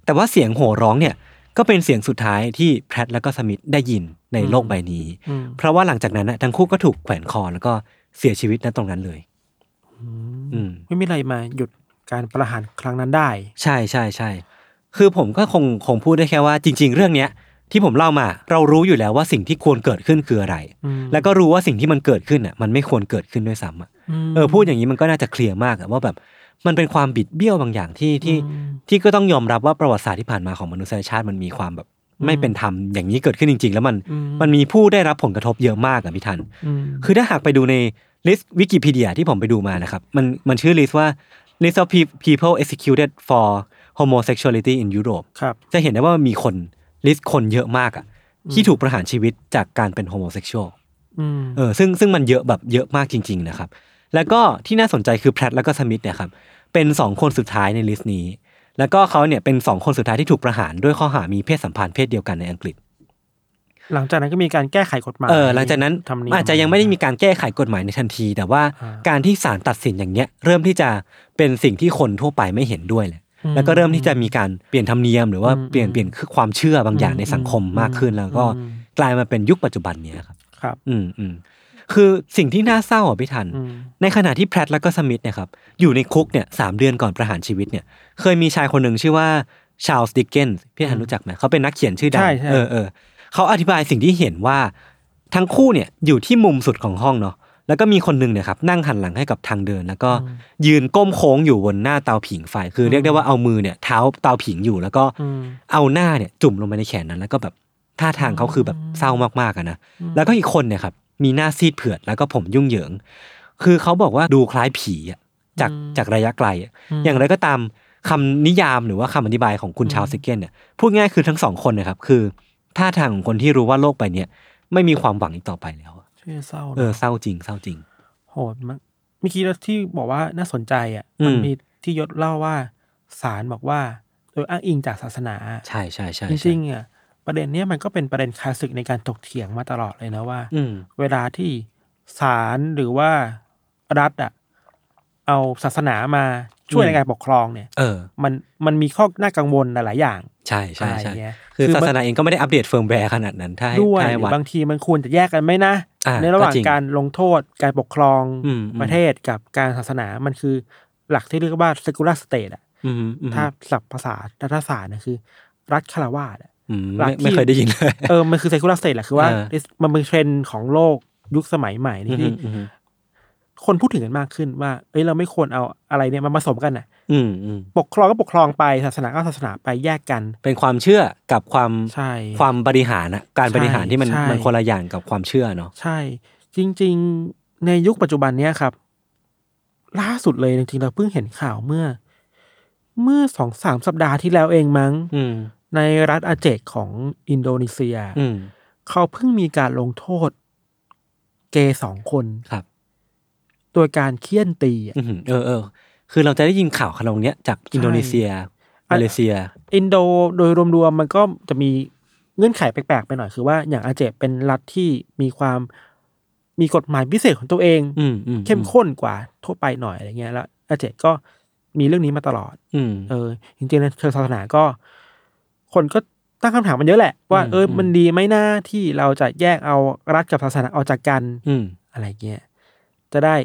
B: แต่ว่าเสียงโห่ร้องเนี่ยก็เป็นเสียงสุดท้ายที่แพทย์แล้วก็สมิธได้ยินในโลกใบนี้
C: อืม
B: เพราะว่าหลังจากนั้นนะทั้งคู่ก็ถูกแขวนคอแล้วก็เสียชีวิตณตรงนั้นเลย อืม
C: ไม่มีอะไรมาหยุดการประหารครั้งนั้นได้
B: ใช่ใช่ใช่ คือผมก็คงคงพูดได้แค่ว่าจริง ๆ เรื่องเนี้ยที่ผมเล่ามา เรารู้อยู่แล้วว่าสิ่งที่ควรเกิดขึ้นคืออะไร
C: อืม
B: แล้วก็รู้ว่าสิ่งที่มันเกิดขึ้นอ่ะมันไม่ควรเกิดขึ้นด้วยซ้ำอะ
C: ม
B: เออพูดอย่างนี้มันก็น่าจะเคลียร์มากอะว่าแบบมันเป็นความบิดเบี้ยวบางอย่างที่ที่
C: อืม
B: ที่ก็ต้องยอมรับว่าประวัติศาสตร์ที่ผ่านมาของมนุษยชาติมันมีความแบบ ไม่เป็นธรรมอย่างนี้เกิดขึ้นจริง ๆ แล้วมัน
C: อืม
B: มันมีผู้ได้รับผลกระทบเยอะมากอะพี่ทัน
C: อืม
B: คือถ้าหากไปดูในลิสต์วิกิพีเดียที่ผมไปดูมานะครับ มันมันชื่อลิสต์ว่า list of pe- people executed for homosexuality in Europe
C: ครับ
B: จะเห็นได้ว่ามีคนลิสต์คนเยอะมากอะที่ถูกประหารชีวิตจากการเป็นโฮโมเซ็กชวล
C: อืม
B: เออซึ่งซึ่งมันเยอะแบบเยอะมากจริง ๆ นะครับ แล้วก็ที่น่าสนใจคือแพทแล้วก็สมิธเนี่ยครับเป็น 2 คนสุดท้ายในลิสต์นี้ แล้วก็เขาเนี่ยเป็น 2 คนสุดท้ายที่ถูกประหารด้วยข้อหามีเพศสัมพันธ์เพศเดียวกันในอังกฤษ
C: หลังจากนั้นก็มีการแก้ไขกฎหมาย
B: เออหลังจากนั้น
C: ทำนี้
B: อาจจะยังไม่ได้มีการแก้ไขกฎหมายในทันที แต่ว่า
C: อ่า
B: การที่ศาลตัดสินอย่างเนี้ยเริ่มที่จะเป็นสิ่งที่คนทั่วไปไม่เห็นด้วยแหละแล้วก็เริ่มที่จะมีการเปลี่ยนธรรมเนียมหรือว่าเปลี่ยนเปลี่ยนคือความเชื่อบางอย่างในสังคมมากขึ้น แล้วก็กลายมาเป็นยุคปัจจุบันเนี้ยครับ
C: ครับ
B: อืมอืมคือสิ่งที่น่าเศร้าอ่ะพี่ทัน
C: อืม
B: ในขณะที่แพทแล้วก็สมิธเนี่ยครับอยู่ในคุกเนี่ยสามเดือนก่อนประหารชีวิตเนี่ย เคยมีชายคนหนึ่งชื่อว่าชาลส์ดิกเกนส์พี่ทันรู้จักไหมเขาเป็นนักเขียนชื่อดัง
C: ใช่ใช่
B: เออเออเขาอธิบายสิ่งที่เห็นว่า ทั้งคู่เนี่ยอยู่ที่มุมสุดของห้องเนาะแล้วก็มีคนหนึ่งเนี่ยครับนั่งหันหลังให้กับทางเดิน แล้วก็ยืนก้มโค้งอยู่บนหน้าเตาผิงไฟ คือเรียกได้ว่าเอามือเนี่ยเท้าเตาผิงอยู่แล้วก็
C: อืม
B: เอาหน้าเนี่ยจุ่มลงไปในแขนนั้นแล้วก็แบบท่าทางเขาคือแบบเศร้ามากๆอะนะแล้วก็อีกคนเนี่ยครับมีหน้าซีดเผือดแล้วก็ผมยุ่งเหยิง คือเขาบอกว่าดูคล้ายผีอะจากจากระยะไกลอะอย่างไรก็ตามคำนิยามหรือว่าคำอธิบายของคุณชาวซิกเกนเนี่ยพูดง่ายคือทั้งสองคนเนะครับคือท่าทางของคนที่รู้ว่าโลกใบเนี้ยไม่มีความหวังอีกต่อไปแล้วอะ
C: ชื่อเศร้า
B: เออ
C: เนาะ
B: เศร้าจริงเศร้าจริง
C: โหดมากเมื่อกี้ที่บอกว่าน่าสนใจอ่ะ
B: อืม
C: มันมีที่ยศเล่าว่าศาลบอกว่า โดยอ้างอิงจากศาสนา
B: ใช่ใช่ใช่
C: จ
B: ใช่
C: ริงๆอ่ะประเด็นเนี้ยมันก็เป็นประเด็นคลาสสิกในการถกเถียงมาตลอดเลยนะว่า
B: อืม
C: เวลาที่ศาลหรือว่ารัฐอ่ะเอาศาสนามาช่วยในการปกครองเนี่ย
B: เออ
C: มันมันมีข้อน่ากังวลหลายๆอย่าง
B: ใช่ใช่ใช่
C: อะไรเงี้ย
B: คือ
C: คือมัน
B: ศาสนาเองก็ไม่ได้อัปเดตเฟิร์มแวร์ขนาดนั้นถ้าให้
C: ด้วย
B: ถ้าให้
C: หรื
B: วัด
C: อบางทีมันควรจะแยกกันไหมนะ
B: อ่า
C: ในระหว่าง
B: ก็จริง
C: การลงโทษการปกครอง
B: อืมอืม
C: ประเทศกับการศาสนามันคือหลักที่เรียกว่า secular state อะ
B: อืมอืม
C: ถ้าศัพท์ภาษารัฐศาสตร์นะคือ รัฐคารวาสอะ
B: อืม
C: หลั
B: ไม่
C: กที่
B: ไม่เคยได้ยินเลย
C: เออ มันคือ secular state แหละคือว่า
B: เออ
C: this- มันเป็นเทรนด์ของโลกยุคสมัยใหม่นี่ที่
B: อืม
C: คนพูดถึงกันมากขึ้นว่า เอ้ยเราไม่ควรเอาอะไรเนี่ยมาผสมกันน่ะ
B: อืมอืม
C: ปกครองก็ปกครองไปศาสนาก็ศาสนาไปแยกกัน
B: เป็นความเชื่อกับความ
C: ใช่
B: ความบริหารอะการบริหารที่มัน
C: ใช่
B: มันคนละอย่างกับความเชื่อเนาะ
C: ใช่ จริง ๆ ในยุคปัจจุบันเนี้ยครับ ล่าสุดเลยจริงๆเราเพิ่งเห็นข่าวเมื่อ เมื่อสองสามสัปดาห์ที่แล้วเองมั้ง
B: อืม
C: ในรัฐอาเจกของอินโดนีเซีย
B: อืม
C: เขาเพิ่งมีการลงโทษเกย์สองคน
B: ครับ
C: โดยการเคี่ยนตีอะ
B: อืมเออเออคือเราจะได้ยินข่าวขนองเนี้ยจากอินโดนีเซีย
C: อ่ะ
B: มาเลเซีย
C: อินโดโดยรวมๆมันก็จะมีเงื่อนไขแปลกๆไปหน่อยคือว่าอย่างอาเจกเป็นรัฐที่มีความมีกฎหมายพิเศษของตัวเอง
B: อืมอืม
C: เข้มข้นกว่าทั่วไปหน่อยอะไรเงี้ยแล้วอาเจกก็มีเรื่องนี้มาตลอด
B: อืม
C: เออจริงๆในเชิงศาสนาก็ คนก็ตั้งคำถามมันเยอะแหละ ว่า
B: อืม
C: เออ
B: อืม
C: มันดีไหมนะที่เราจะแยกเอารัฐกับศาสนาออกจากกัน
B: อืม
C: อะไรเงี้ยจะได้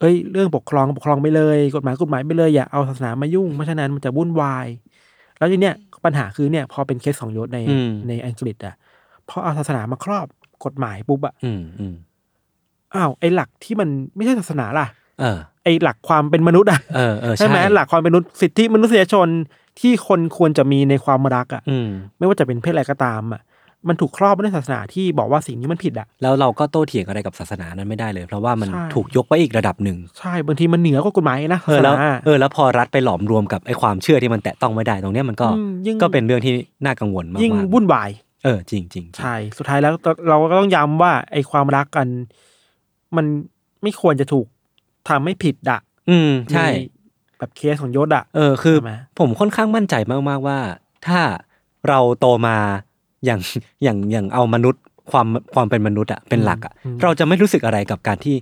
C: เอ้ย เรื่องปกครองปกครองไปเลย กฎหมายกฎหมายไปเลยอย่าเอาศาสนามายุ่งเพราะฉะนั้นมันจะวุ่นวาย แล้วทีเนี้ยปัญหาคือเนี่ย พอเป็นเคสของยศใน
B: อืม
C: ในอังกฤษอะพอเอาศาสนามาครอบกฎหมายปุ๊บอะ
B: อืมอืม
C: อ้าวไอ้หลักที่มันไม่ใช่ศาสนาล่ะ
B: เออ
C: ไอ้หลักความเป็นมนุษย์อะ
B: เออเออ
C: ใช่ไหมหลักความเป็นมนุษย์สิทธิมนุษยชนที่คนควรจะมีในความรักอะ่ะ
B: อืม
C: ไม่ว่าจะเป็นเพศอะไรก็ตามอะ่ะ มันถูกครอบไปด้วยศาสนาที่บอกว่าสิ่งนี้มันผิดอ่ะ
B: แล้วเราก็โต้เถียงอะไรกับศาสนานั้นไม่ได้เลย เพราะว่ามัน
C: ใช่
B: ถูกยกไปอีกระดับหนึ่ง
C: ใช่บางทีมันเหนือกว่ากฎหมายนะ
B: เออแล้ว
C: ศาสนา
B: เออแล้วพอรัฐไปหลอมรวมกับไอ้ความเชื่อที่มันแตะต้องไม่ได้ตรงเนี้ยมันก็
C: อืมยิ่ง
B: ก็เป็นเรื่องที่น่ากังวลมากๆ
C: ยิ่งวุ่นวาย
B: เออจริงจริงๆ
C: ใช่ สุดท้ายแล้วเราก็ต้องย้ำว่าไอ้ความรักกัน มันไม่ควรจะถูกทำให้ผิดอะ
B: อืมใช่
C: แบบเคสของยศอะ
B: เออคือ
C: ใช่ไหม
B: ผมค่อนข้างมั่นใจมากๆว่า ถ้าเราโตมาอย่าง อย่างอย่างเอามนุษย์ความความเป็นมนุษย์อะเป็นหลักอะเราจะไม่รู้สึกอะไรกับการที่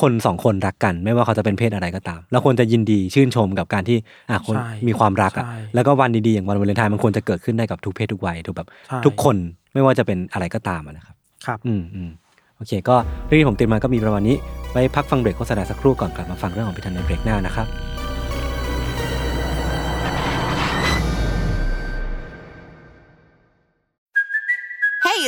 B: คนสองคนรักกัน ไม่ว่าเขาจะเป็นเพศอะไรก็ตามเราควรจะยินดีชื่นชมกับการที่อ่ะคน
C: ใช่
B: มีความรักอะ
C: ใช่
B: แล้วก็วันดีๆอย่างวันวาเลนไทน์มันควรจะเกิดขึ้นได้กับทุกเพศทุกวัยทุกแบบ
C: ใช่
B: ทุกคนไม่ว่าจะเป็นอะไรก็ตามอะนะครับ
C: ครับ
B: อืมอืมโอเค ก็เรื่องที่ผมเตรียมมาก็มีประมาณนี้ไว้พักฟังเบรกโฆษณาสักครู่ก่อนกลับมาฟังเรื่องของพิธันในเบรกหน้านะครับ
D: Hey,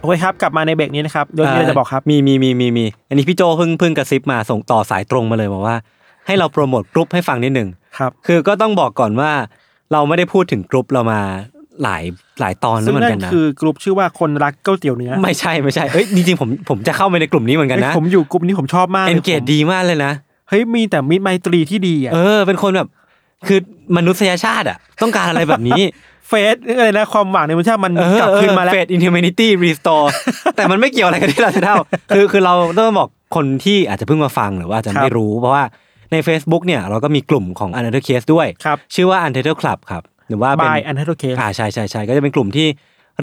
C: โอเคครับ กลับมาในเบรกนี้นะครับยศมีอะไรจะบอกครับ
B: มีมีมีมีมีอันนี้พี่โจเพิ่งเพิ่งกระซิบมาส่งต่อสายตรงมาเลยบอกว่า ให้เราโปรโมทกรุ๊ปให้ฟังนิดหนึ่ง
C: ครับ
B: คือก็ต้องบอกก่อนว่า เราไม่ได้พูดถึงกรุ๊ปเรามาหลายหลายตอนแล้ว
C: ซึ่ง
B: เหมือน
C: นั่
B: กัน
C: น
B: นะ
C: คือกลุ่มชื่อว่าคนรักเก้าเตี๋ยวเนื้อ
B: ไม่ใช่ไม่ใช่เอ้ยจริงๆผมผมจะเข้าไปในกลุ่มนี้เหมือนกันนะ
C: เฮ้ยผมอยู่กลุ่มนี้ผมชอบมาก
B: เอนเก
C: ลย
B: จ
C: ผม
B: ดีมากเลยนะ
C: เฮ้ยมีแต่มิตรไมตรีที่ดีอะ
B: เออ เป็นคนแบบคือมนุษยชาติอ่ะ ต้องการอะไรแบบนี้
C: เฟสอะไรนะความหวังในมนุษยชาติมัน
B: เออก
C: ลับคืนมาแล้ว
B: เฟดอินเทอร์มินิตี้รีสต อร์ แต่มันไม่เกี่ยวอะไรกันที่เราจะเล่าคือคือเราต้องบอกคนที่อาจจะเพิ่งมาฟังหรือว่าอาจจะไม่
C: ครับ
B: รู้ เพราะว่าใน Facebook เนี่ยเราก็มีกลุ่มของ u n t e r Case ด้วย
C: ครับ
B: ชื่อว่า u n t e r Club ครับ หรือว่าเป็น
C: บายอันเทอร์เคส
B: อ่าใช่ใช่ใช่ก็จะเป็นกลุ่มที่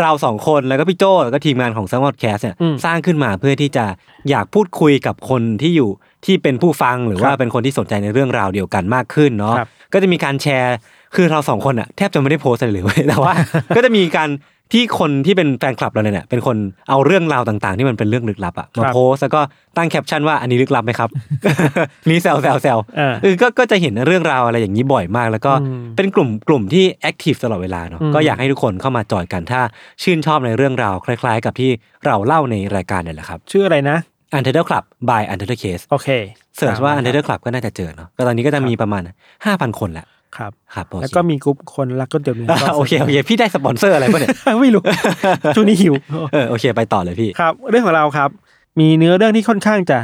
B: เราสองคนแล้วก็พี่โจแล้วก็ทีมงานของซังวอดแคสเนี่ย
C: อืม
B: สร้างขึ้นมาเพื่อที่จะอยากพูดคุยกับคนที่อยู่ที่เป็นผู้ฟังหรือว่า
C: ครับ
B: เป็นคนที่สนใจในเรื่องราวเดียวกันมากขึ้นเนาะ
C: ครับ
B: ก็จะมีการแชร์คือเราสองคนอะแทบจะไม่ได้โพสต์อะไรเลยเว้ย แต่ว่า ก็จะมีการที่คนที่เป็นแฟนคลับเราเนี่ย เป็นคนเอาเรื่องราวต่างๆ ที่มันเป็นเรื่องลึกลับอะมา
C: ครับ
B: โพสต์แล้วก็ตั้งแคปชั่นว่าอันนี้ลึกลับไหมครับ นี่แซวแซวแซว
C: เออ
B: เออก็ก็จะเห็นเรื่องราวอะไรอย่างนี้บ่อยมากแล้วก็
C: อืม
B: เป็นกลุ่มกลุ่มที่แอคทีฟตลอดเวลาเนาะ
C: อืม
B: ก็อยากให้ทุกคนเข้ามาจอยกันถ้าชื่นชอบในเรื่องราวคล้ายๆ กับที่เราเล่าในรายการเนี่ยแหละครับ
C: ชื่ออะไรนะ
B: Untitled Club by Untitled Case
C: โอเค
B: เสิร์ชว่า
C: ตมะครับ
B: Untitled Club ก็น่าจะเจอเนาะก็ตอนนี้ก็จะมีประมาณ 5,000 คนแหละ
C: ครับ
B: ครับ
C: แล้วก็มีกลุ่มคนรักเก้าเตี๋ยวเนื้อ
B: อ่า โอเคโอเค พี่ได้สปอนเซอร์อะไร ป่ะเนี่ย
C: ไม่รู้ช่วงนี้หิว
B: เออโอเคไปต่อเลยพี่
C: ครับเรื่องของเราครับ มีเนื้อเรื่องที่ค่อนข้างจะ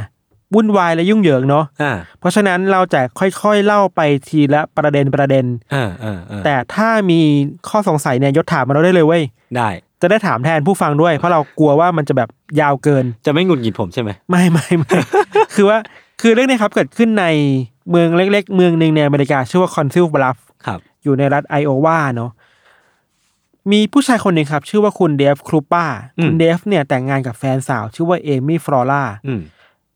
C: วุ่นวายและยุ่งเหยิงเนาะ
B: อ่า
C: เพราะฉะนั้นเราจะค่อยๆเล่าไปทีละประเด็นประเด็น
B: อ่าอ่าอ่า
C: แต่ถ้ามีข้อสงสัยเนี่ยยศถามมาเราได้เลยเว้ย
B: ได้
C: จะได้ถามแทนผู้ฟังด้วย เพราะเรากลัวว่ามันจะแบบยาวเกิน
B: จะไม่หงุดหงิดผมใช่ไหม
C: ไม่ ไม่ไม่ คือว่าคือเรื่องเนี้ครับเกิดขึ้นในเมืองเล็ก ๆ เมืองหนึ่งในอเมริกาชื่อว่าคอนซิลบลัฟ
B: ครับ
C: อยู่ในรัฐไอโอวาเนาะ มีผู้ชายคนหนึ่งครับ ชื่อว่าคุณเดฟครูป้า คุณเดฟเนี่ยแต่งงานกับแฟนสาว ชื่อว่าเอมี่ฟลอร่า
B: อืม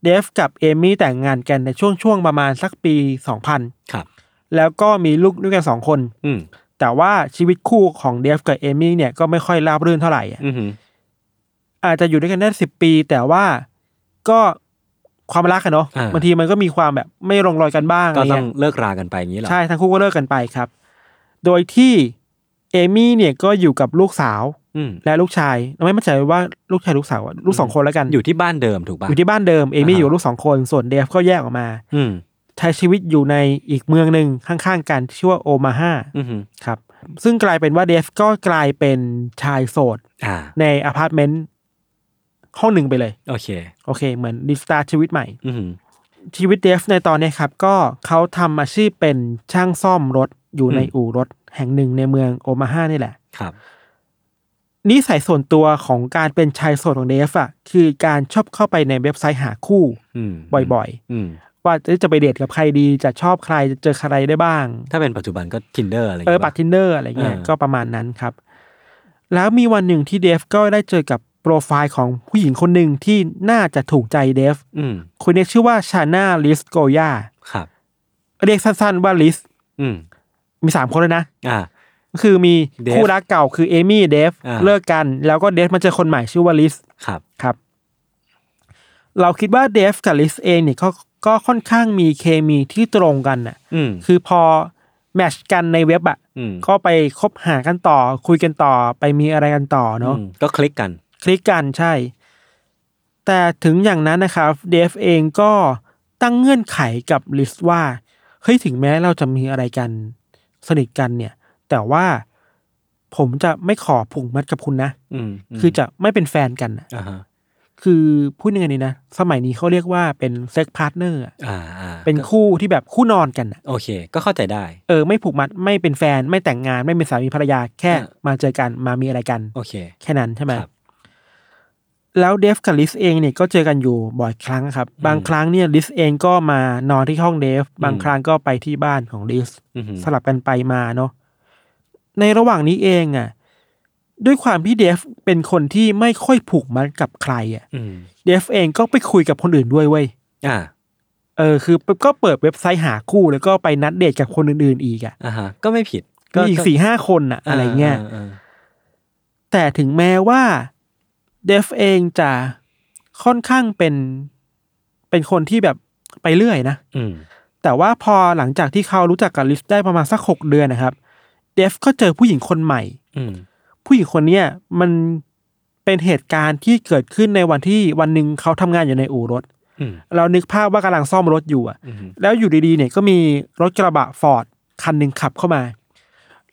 C: เดฟกับเอมี่แต่งงานกันในช่วงช่วงๆประมาณสักปี
B: ครับ
C: 2000 แล้วก็มีลูกด้วยกัน 2 คน
B: อืม
C: แต่ว่าชีวิตคู่ของเดฟกับเอมี่เนี่ยก็ไม่ค่อยราบรื่นเท่าไหร่อะ
B: อืม
C: อาจจะอยู่ด้วยกันได้สิบปี แต่ว่าก็ความรักอะเนาะบางทีมันก็มีความแบบไม่ลงรอยกันบ้าง
B: ก็
C: อะไร
B: ต้อ
C: เงี้
B: ง
C: ย
B: เลิกรากันไปอย่างนี้เหรอ
C: ใช่ ทั้งคู่ก็เลิกกันไปครับ โดยที่เอมี่เนี่ยก็อยู่กับลูกสาว
B: อืม
C: และลูกชาย ไม่มั่นใจว่าลูกชายลูกสาวอะลูกสองคนแล้วกัน
B: อยู่ที่บ้านเดิมถูกป่ะ
C: อยู่ที่บ้านเดิม เอมี่อยู่กับลูกสองคน ส่วนเดฟก็แยกออกมา
B: อืม
C: ใช้ชีวิตอยู่ในอีกเมืองหนึ่งข้างๆกันที่ชื่อว่าโอมาฮา
B: อืม
C: ครับ ซึ่งกลายเป็นว่าเดฟก็กลายเป็นชายโสด
B: อ่า
C: ในอพาร์ตเมนต์ห้องหนึ่งไปเลย
B: โอเค
C: โอเค เหมือนรีสตาร์ทชีวิตใหม่
B: อืม
C: ชีวิตเดฟในตอนเนี้ยครับ ก็เขาทำอาชีพเป็นช่างซ่อมรถอยู่ใน
B: อืม
C: อู่รถแห่งหนึ่งในเมืองโอมาฮานี่แหละ
B: ครับ
C: นิสัยส่วนตัวของการเป็นชายโสดของเดฟอะคือการชอบเข้าไปในเว็บไซต์หาคู่
B: อืม
C: บ่อย
B: อืม
C: ๆ ว่าเอ้ยจะไปเดทกับใครดีจะชอบใครจะเจอใครได้บ้าง
B: ถ้าเป็นปัจจุบันก็ tinder อะไรอย่าง
C: เออ
B: เงี้ย
C: ปัดทินเนอร์อะไรเงี้ย
B: เออ
C: ก็ประมาณนั้นครับ แล้วมีวันหนึ่งที่เดฟก็ได้เจอกับ โปรไฟล์ของผู้หญิงคนหนึ่งที่น่าจะถูกใจเดฟ
B: อืม
C: คนนี้ชื่อว่าชาน่าลิสโกยา
B: ครับ
C: เรียกสั้นๆว่าลิส
B: อืม
C: มีสามคนเลยนะ
B: อ่า
C: ก็คือมี
B: เดฟ
C: คู่รักเก่าคือเอมี่เดฟ
B: อ่า
C: เลิกกัน แล้วก็เดฟมาเจอคนใหม่ชื่อว่าลิส
B: ครับ
C: ครับ เราคิดว่าเดฟกับลิสเองเนี่ยก็ก็ค่อนข้างมีเคมีที่ตรงกันน่ะ
B: อืม
C: คือพอแมทชกันในเว็บอะ
B: อืม
C: ก็ไปคบหากันต่อ คุยกันต่อไปมีอะไรกันต่อเนาะ
B: อืมก็คลิกกัน
C: คลิกกันใช่ แต่ถึงอย่างนั้นนะครับเดฟเองก็ตั้งเงื่อนไขกับลิสว่า เฮ้ยถึงแม้เราจะมีอะไรกัน สนิทกันเนี่ย แต่ว่าผมจะไม่ขอผูกมัดกับคุณนะ
B: อืมม
C: คือจะไม่เป็นแฟนกันน่ะ
B: อ่าฮะ
C: คือพูดยังไงดีนะ สมัยนี้เขาเรียกว่าเป็นเซ็กพาร์ทเนอร์
B: อ่าอ่า
C: เป็น
B: ก็
C: คู่ที่แบบคู่นอนกันน่ะ
B: โอเค ก็เข้าใจได้
C: เออไม่ผูกมัดไม่เป็นแฟน ไม่แต่งงานไม่เป็นสามีภรรยาแค่
B: อ่ะ
C: มาเจอกันมามีอะไรกัน
B: โอเค
C: แค่นั้นใช่ไหม
B: ครับ
C: แล้วเดฟกับลิสเองเนี่ยก็เจอกันอยู่บ่อยครั้งครับ บางครั้งเนี่ยลิสเองก็มานอนที่ห้องเดฟ บางครั้งก็ไปที่บ้านของลิส
B: อือหือ
C: สลับกันไปมาเนาะ ในระหว่างนี้เองอ่ะ ด้วยความที่เดฟเป็นคนที่ไม่ค่อยผูกมัดกับใครอ่ะ
B: อืม
C: เดฟเองก็ไปคุยกับคนอื่นด้วยเว้ย
B: อ่า
C: เออคือก็เปิดเว็บไซต์หาคู่แล้วก็ไปนัดเดทกับคนอื่น ๆ อีกอ่ะ
B: อ่าฮะ ก็ไม่ผิด
C: มีอีกสี่ห้าคนอ่ะ อะไรเงี้ย
B: าา
C: แต่ถึงแม้ว่าเดฟเองจะค่อนข้างเป็นเป็นคนที่แบบไปเรื่อยนะ
B: อืม
C: แต่ว่าพอหลังจากที่เขารู้จักกับลิสได้ประมาณสักหกเดือนนะครับเดฟก็เจอผู้หญิงคนใหม่
B: อืม
C: ผู้หญิงคนเนี้ยมันเป็นเหตุการณ์ที่เกิดขึ้นในวันที่วันหนึ่งเขาทำงานอยู่ในอู่รถ
B: อืม
C: เรานึกภาพว่ากำลังซ่อมรถอยู่อะ
B: อืม
C: แล้วอยู่ดีๆเนี่ยก็มีรถกระบะฟอร์ดคันหนึ่งขับเข้ามา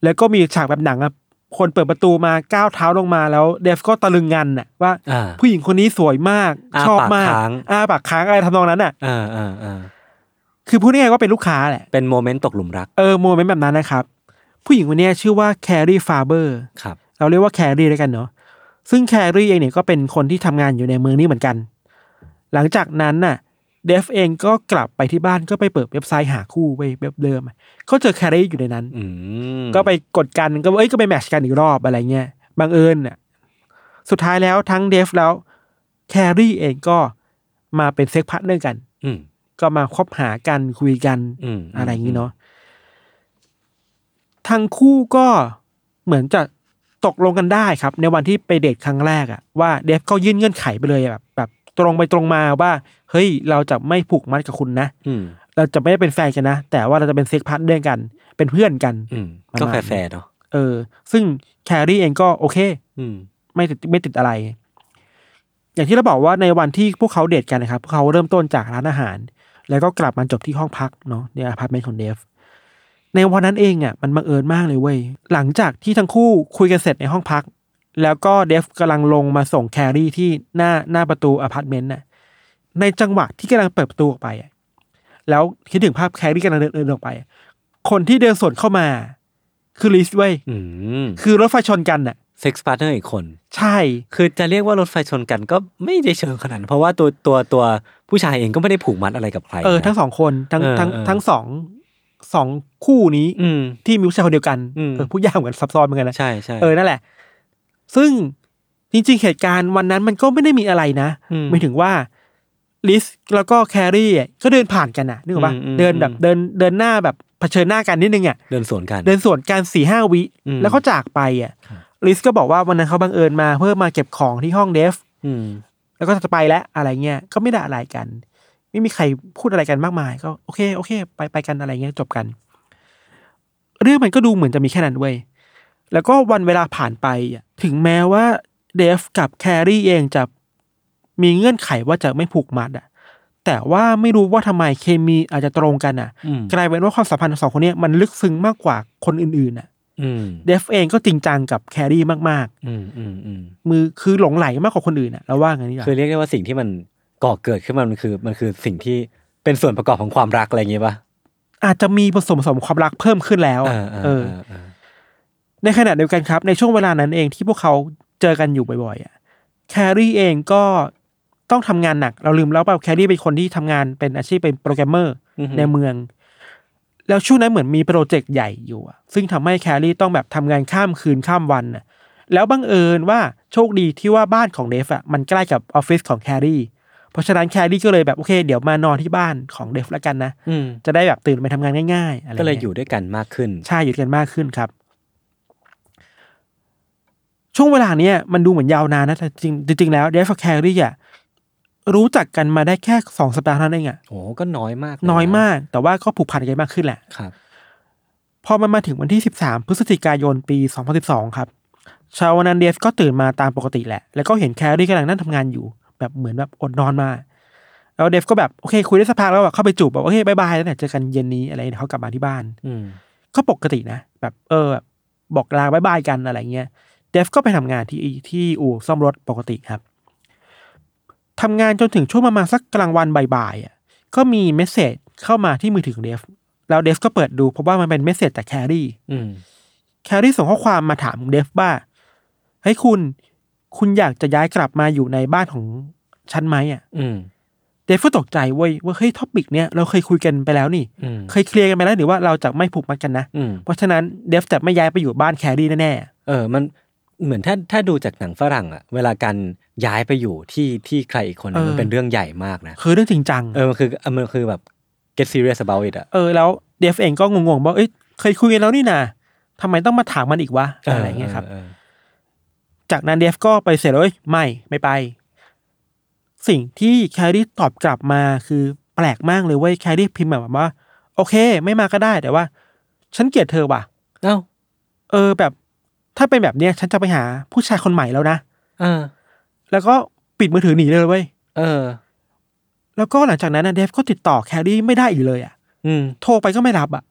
C: แล้วก็มีฉากแบบหนังอะคนเปิดประตูมาก้าวเท้าลงมาแล้วเดฟก็ตะลึงงันน่ะว่า
B: อ่า
C: ผู้หญิงคนนี้สวยมาก
B: อ้า
C: ชอบมาก
B: ปากค้าง
C: อาปากค้างอะไรทำนองนั้นน่ะ
B: อ่าอ่าอ่า
C: คือพูดง่ายๆว่าเป็นลูกค้าแหละ
B: เป็นโมเมนต์ตกหลุมรัก
C: เออโมเมนต์แบบนั้นนะครับ ผู้หญิงคนเนี้ยชื่อว่าแครีฟาเบอร์
B: ครับ
C: เราเรียกว่าแครีแล้วกันเนาะซึ่งแครีเองเนี่ยก็เป็นคนที่ทำงานอยู่ในเมืองนี้เหมือนกัน หลังจากนั้นน่ะเดฟเองก็กลับไปที่บ้านก็ไปเปิดเว็บไซต์หาคู่ไปเว็บเดิมก็เจอแครีอยู่ในนั้น
B: อืม
C: ก็ไปกดกันก็เอ้ยก็ไปแมทชกันอีกรอบอะไรเงี้ยบังเอิญน่ะสุดท้ายแล้วทั้งเดฟแล้วแครีเองก็มาเป็นเซ็กพาร์ทเนอร์กัน
B: อืม
C: ก็มาคบหากันคุยกัน
B: อืม
C: อะไรอย่างนี้เนาะทั้งคู่ก็เหมือนจะตกลงกันได้ครับ ในวันที่ไปเดทครั้งแรกอะว่าเดฟก็ยื่นเงื่อนไขไปเลยอะแบบแบบตรงไปตรงมาว่า เฮ้ย เราจะไม่ผูกมัดกับคุณนะ
B: อืม
C: เราจะไม่ได้เป็นแฟนกันนะ แต่ว่าเราจะเป็นเซ็กพาร์ทเนอร์กัน เป็นเพื่อนกัน
B: อืม
C: ประมาณ
B: ก็แฟร์ๆเนาะ
C: เออ ซึ่งแครี่เองก็โอเค
B: อืม
C: ไม่ติดไม่ติดอะไร อย่างที่เราบอกว่าในวันที่พวกเขาเดทกันนะครับ พวกเขาเริ่มต้นจากร้านอาหาร แล้วก็กลับมาจบที่ห้องพักเนาะในอพาร์ตเมนต์ของเดฟ ในวันนั้นเองอ่ะมันบังเอิญมากเลยเว้ย หลังจากที่ทั้งคู่คุยกันเสร็จในห้องพัก แล้วก็เดฟกำลังลงมาส่งแครี่ที่หน้าหน้าประตูอพาร์ตเมนต์น่ะ ในจังหวะที่กำลังเปิดประตูออกไปอ่ะแล้วคิดถึงภาพแครี่กำลังเดินเดินออกไปอ่ะคนที่เดินสวนเข้ามา คือลิสเว้ย
B: อืม
C: คือรถไฟชนกันน่ะ
B: เซ็กซ์พาร์ทเนอร์อีกคน
C: ใช่
B: คือจะเรียกว่ารถไฟชนกันก็ไม่ได้เชิงขนาดนั้นเพราะว่าตัวตัวตัวผู้ชายเองก็ไม่ได้ผูกมัดอะไรกับใคร
C: เออ
B: นะ
C: ทั้งสองคนทั้ง
B: เออ
C: ทั้ง
B: เออ
C: ทั้งสองสองคู่นี้
B: อืม
C: ที่มีผู้ชายคนเดียวกัน
B: อืม
C: เออผู้ยากเหมือนซับซ้อนเหมือนกันนะ
B: ใช่ใช่
C: เออนั่นแหละ ซึ่งจริงๆ เหตุการณ์วันนั้นมันก็ไม่ได้มีอะไรนะ
B: อืม
C: ไม่ถึงว่าลิสแล้วก็แครี่อ่ะก็เดินผ่านกันนะนึกออกปะ
B: อืมอืม
C: เดินแบบ
B: อืม
C: เดินเดินหน้าแบบเผชิญหน้ากันนิดนึงอ่ะ
B: เดินสวนกัน
C: เดินสวนกันสี่ห้าวิ
B: อืม
C: แล้วก็จากไปอ่ะลิสก็บอกว่าวันนั้นเขาบังเอิญมาเพื่อมาเก็บของที่ห้องเดฟ
B: อืม
C: แล้วก็จะไปแล้วอะไรเงี้ยก็ไม่ได้อะไรกัน ไม่มีใครพูดอะไรกันมากมาย ก็โอเคโอเค ไปไปกันอะไรเงี้ยจบกัน เรื่องมันก็ดูเหมือนจะมีแค่นั้นเว้ยแล้วก็วันเวลาผ่านไปอะถึงแม้ว่าเดฟกับแครี่เองจะมีเงื่อนไขว่าจะไม่ผูกมัดอะแต่ว่าไม่รู้ว่าทำไมเคมีอาจจะตรงกันอะ
B: อืม
C: กลายเป็นว่าความสัมพันธ์ของสองคนเนี้ยมันลึกซึ้งมากกว่าคนอื่นๆอะ
B: อืม
C: เดฟเองก็จริงจังกับแครี่มาก
B: อืมอืมอืม
C: ๆ มือคือหลงไหลมากกว่าคนอื่นอะเราว่างั้นดีกว่า
B: คือเรียกได้ว่าสิ่งที่มันก่อเกิดขึ้นมามันคือมันคือสิ่งที่เป็นส่วนประกอบของความรักอะไรอย่างเงี้ยป่ะ
C: อาจจะมีผสมผสมความรักเพิ่มขึ้นแล้วอะ
B: เออ
C: เอ
B: เอ
C: อ
B: อเออ
C: ในขณะเดียวกันครับ ในช่วงเวลานั้นเองที่พวกเขาเจอกันอยู่บ่อยๆอะแครี่เองก็ต้องทำงานหนัก เราลืมแล้วเปล่าแครี่เป็นคนที่ทำงานเป็นอาชีพเป็นโปรแกรมเมอร์
B: อืม
C: ในเมือง แล้วช่วงนั้นเหมือนมีโปรเจกต์ใหญ่อยู่อะซึ่งทำให้แครี่ต้องแบบทำงานข้ามคืนข้ามวันน่ะ แล้วบังเอิญว่าโชคดีที่ว่าบ้านของเดฟอะมันใกล้กับออฟฟิศของแครี่ เพราะฉะนั้นแครี่ก็เลยแบบโอเค เดี๋ยวมานอนที่บ้านของเดฟแล้วกันนะ
B: อืม
C: จะได้แบบตื่นไปทำงานง่ายๆอะไร
B: ก็เลย
C: งี้
B: อยู่ด้วยกันมากขึ้น
C: ใช่หยุดกันมากขึ้นครับ ช่วงเวลาเนี้ยมันดูเหมือนยาวนานนะแต่จริงจริง ๆ แล้วเดฟกับแครี่อ่ะรู้จักกันมาได้แค่สองสัปดาห์เท่านั้นเองอ่ะ
B: โอ้ก็น้อยมากเล
C: น้อยมาก แต่ว่าก็ผูกพันกันมากขึ้นแหละ
B: ครับ
C: พอมันมาถึงวันที่ 13 พฤศจิกายนปี 2012 ครับเชาวันนันเดฟก็ตื่นมาตามปกติแหละ แล้วก็เห็นแครี่กำลังนั่งทำงานอยู่ แบบเหมือนแบบอดนอนมา แล้วเดฟก็แบบโอเค คุยได้สักพักแล้วแบบเข้าไปจูบบอกโอเคบายบายแล้วเนี่ยเจอกันเย็นนี้อะไรเนี่ยเขากลับมาที่บ้าน
B: อืม
C: ก็ปกตินะ แบบเออแบบบอกลาบายบายกันอะไรเงี้ยเดฟก็ไปทำงานที่ที่อู่ซ่อมรถปกติครับทำงานจนถึงช่วงประมาณสักกลางวันบ่ายๆอ่ะก็มีเมสเซจเข้ามาที่มือถือของเดฟแล้วเดฟก็เปิดดูเพราะว่ามันเป็นเมสเซจจากแครี่
B: อืม
C: แครี่ส่งข้อความมาถามเดฟว่าเฮ้ยคุณ คุณอยากจะย้ายกลับมาอยู่ในบ้านของฉันไหมอ่ะ
B: อืม
C: เดฟก็ตกใจเว้ยว่าเฮ้ยท็อปิกเนี้ยเราเคยคุยกันไปแล้วนี่
B: อืม
C: เคยเคลียร์กันไปแล้วหรือว่าเราจะไม่ผูกมัดกันนะ
B: อืม
C: เพราะฉะนั้นเดฟจะไม่ย้ายไปอยู่บ้านแครี่แน่
B: เออมันเหมือนถ้าถ้าดูจากหนังฝรั่งอะเวลาการย้ายไปอยู่ที่ที่ใครอีกคนหนึ่งมันเป็นเรื่องใหญ่มากนะ
C: ๆ คือเรื่องจริงจัง
B: เออมันคือเออมันคือแบบ get serious about it อะ
C: เออแล้วเดฟเองก็งงๆว่าเอ้ยเคยคุยกันแล้วนี่นะทำไมต้องมาถามมันอีกวะอะไรเงี้ยครับ จากนั้นเดฟก็ไปเสร็จเลยเอ้ยไม่ไม่ไป สิ่งที่แครี่ตอบกลับมาคือแปลกมากเลยเว้ยแครี่พิมพ์แบบว่า โอเค ไม่มาก็ได้แต่ว่า ฉันเกลียดเธอว่ะ
B: เอ้า
C: เออแบบ ถ้าเป็นแบบเนี้ย ฉันจะไปหาผู้ชายคนใหม่แล้วนะ
B: อ่า
C: แล้วก็ปิดมือถือหนีเลยเว้ย
B: เออ
C: แล้วก็หลังจากนั้นนะเดฟก็ติดต่อแครี่ไม่ได้อีกเลยอ่ะ
B: อืม
C: โทรไปก็ไม่รับอะ่ะ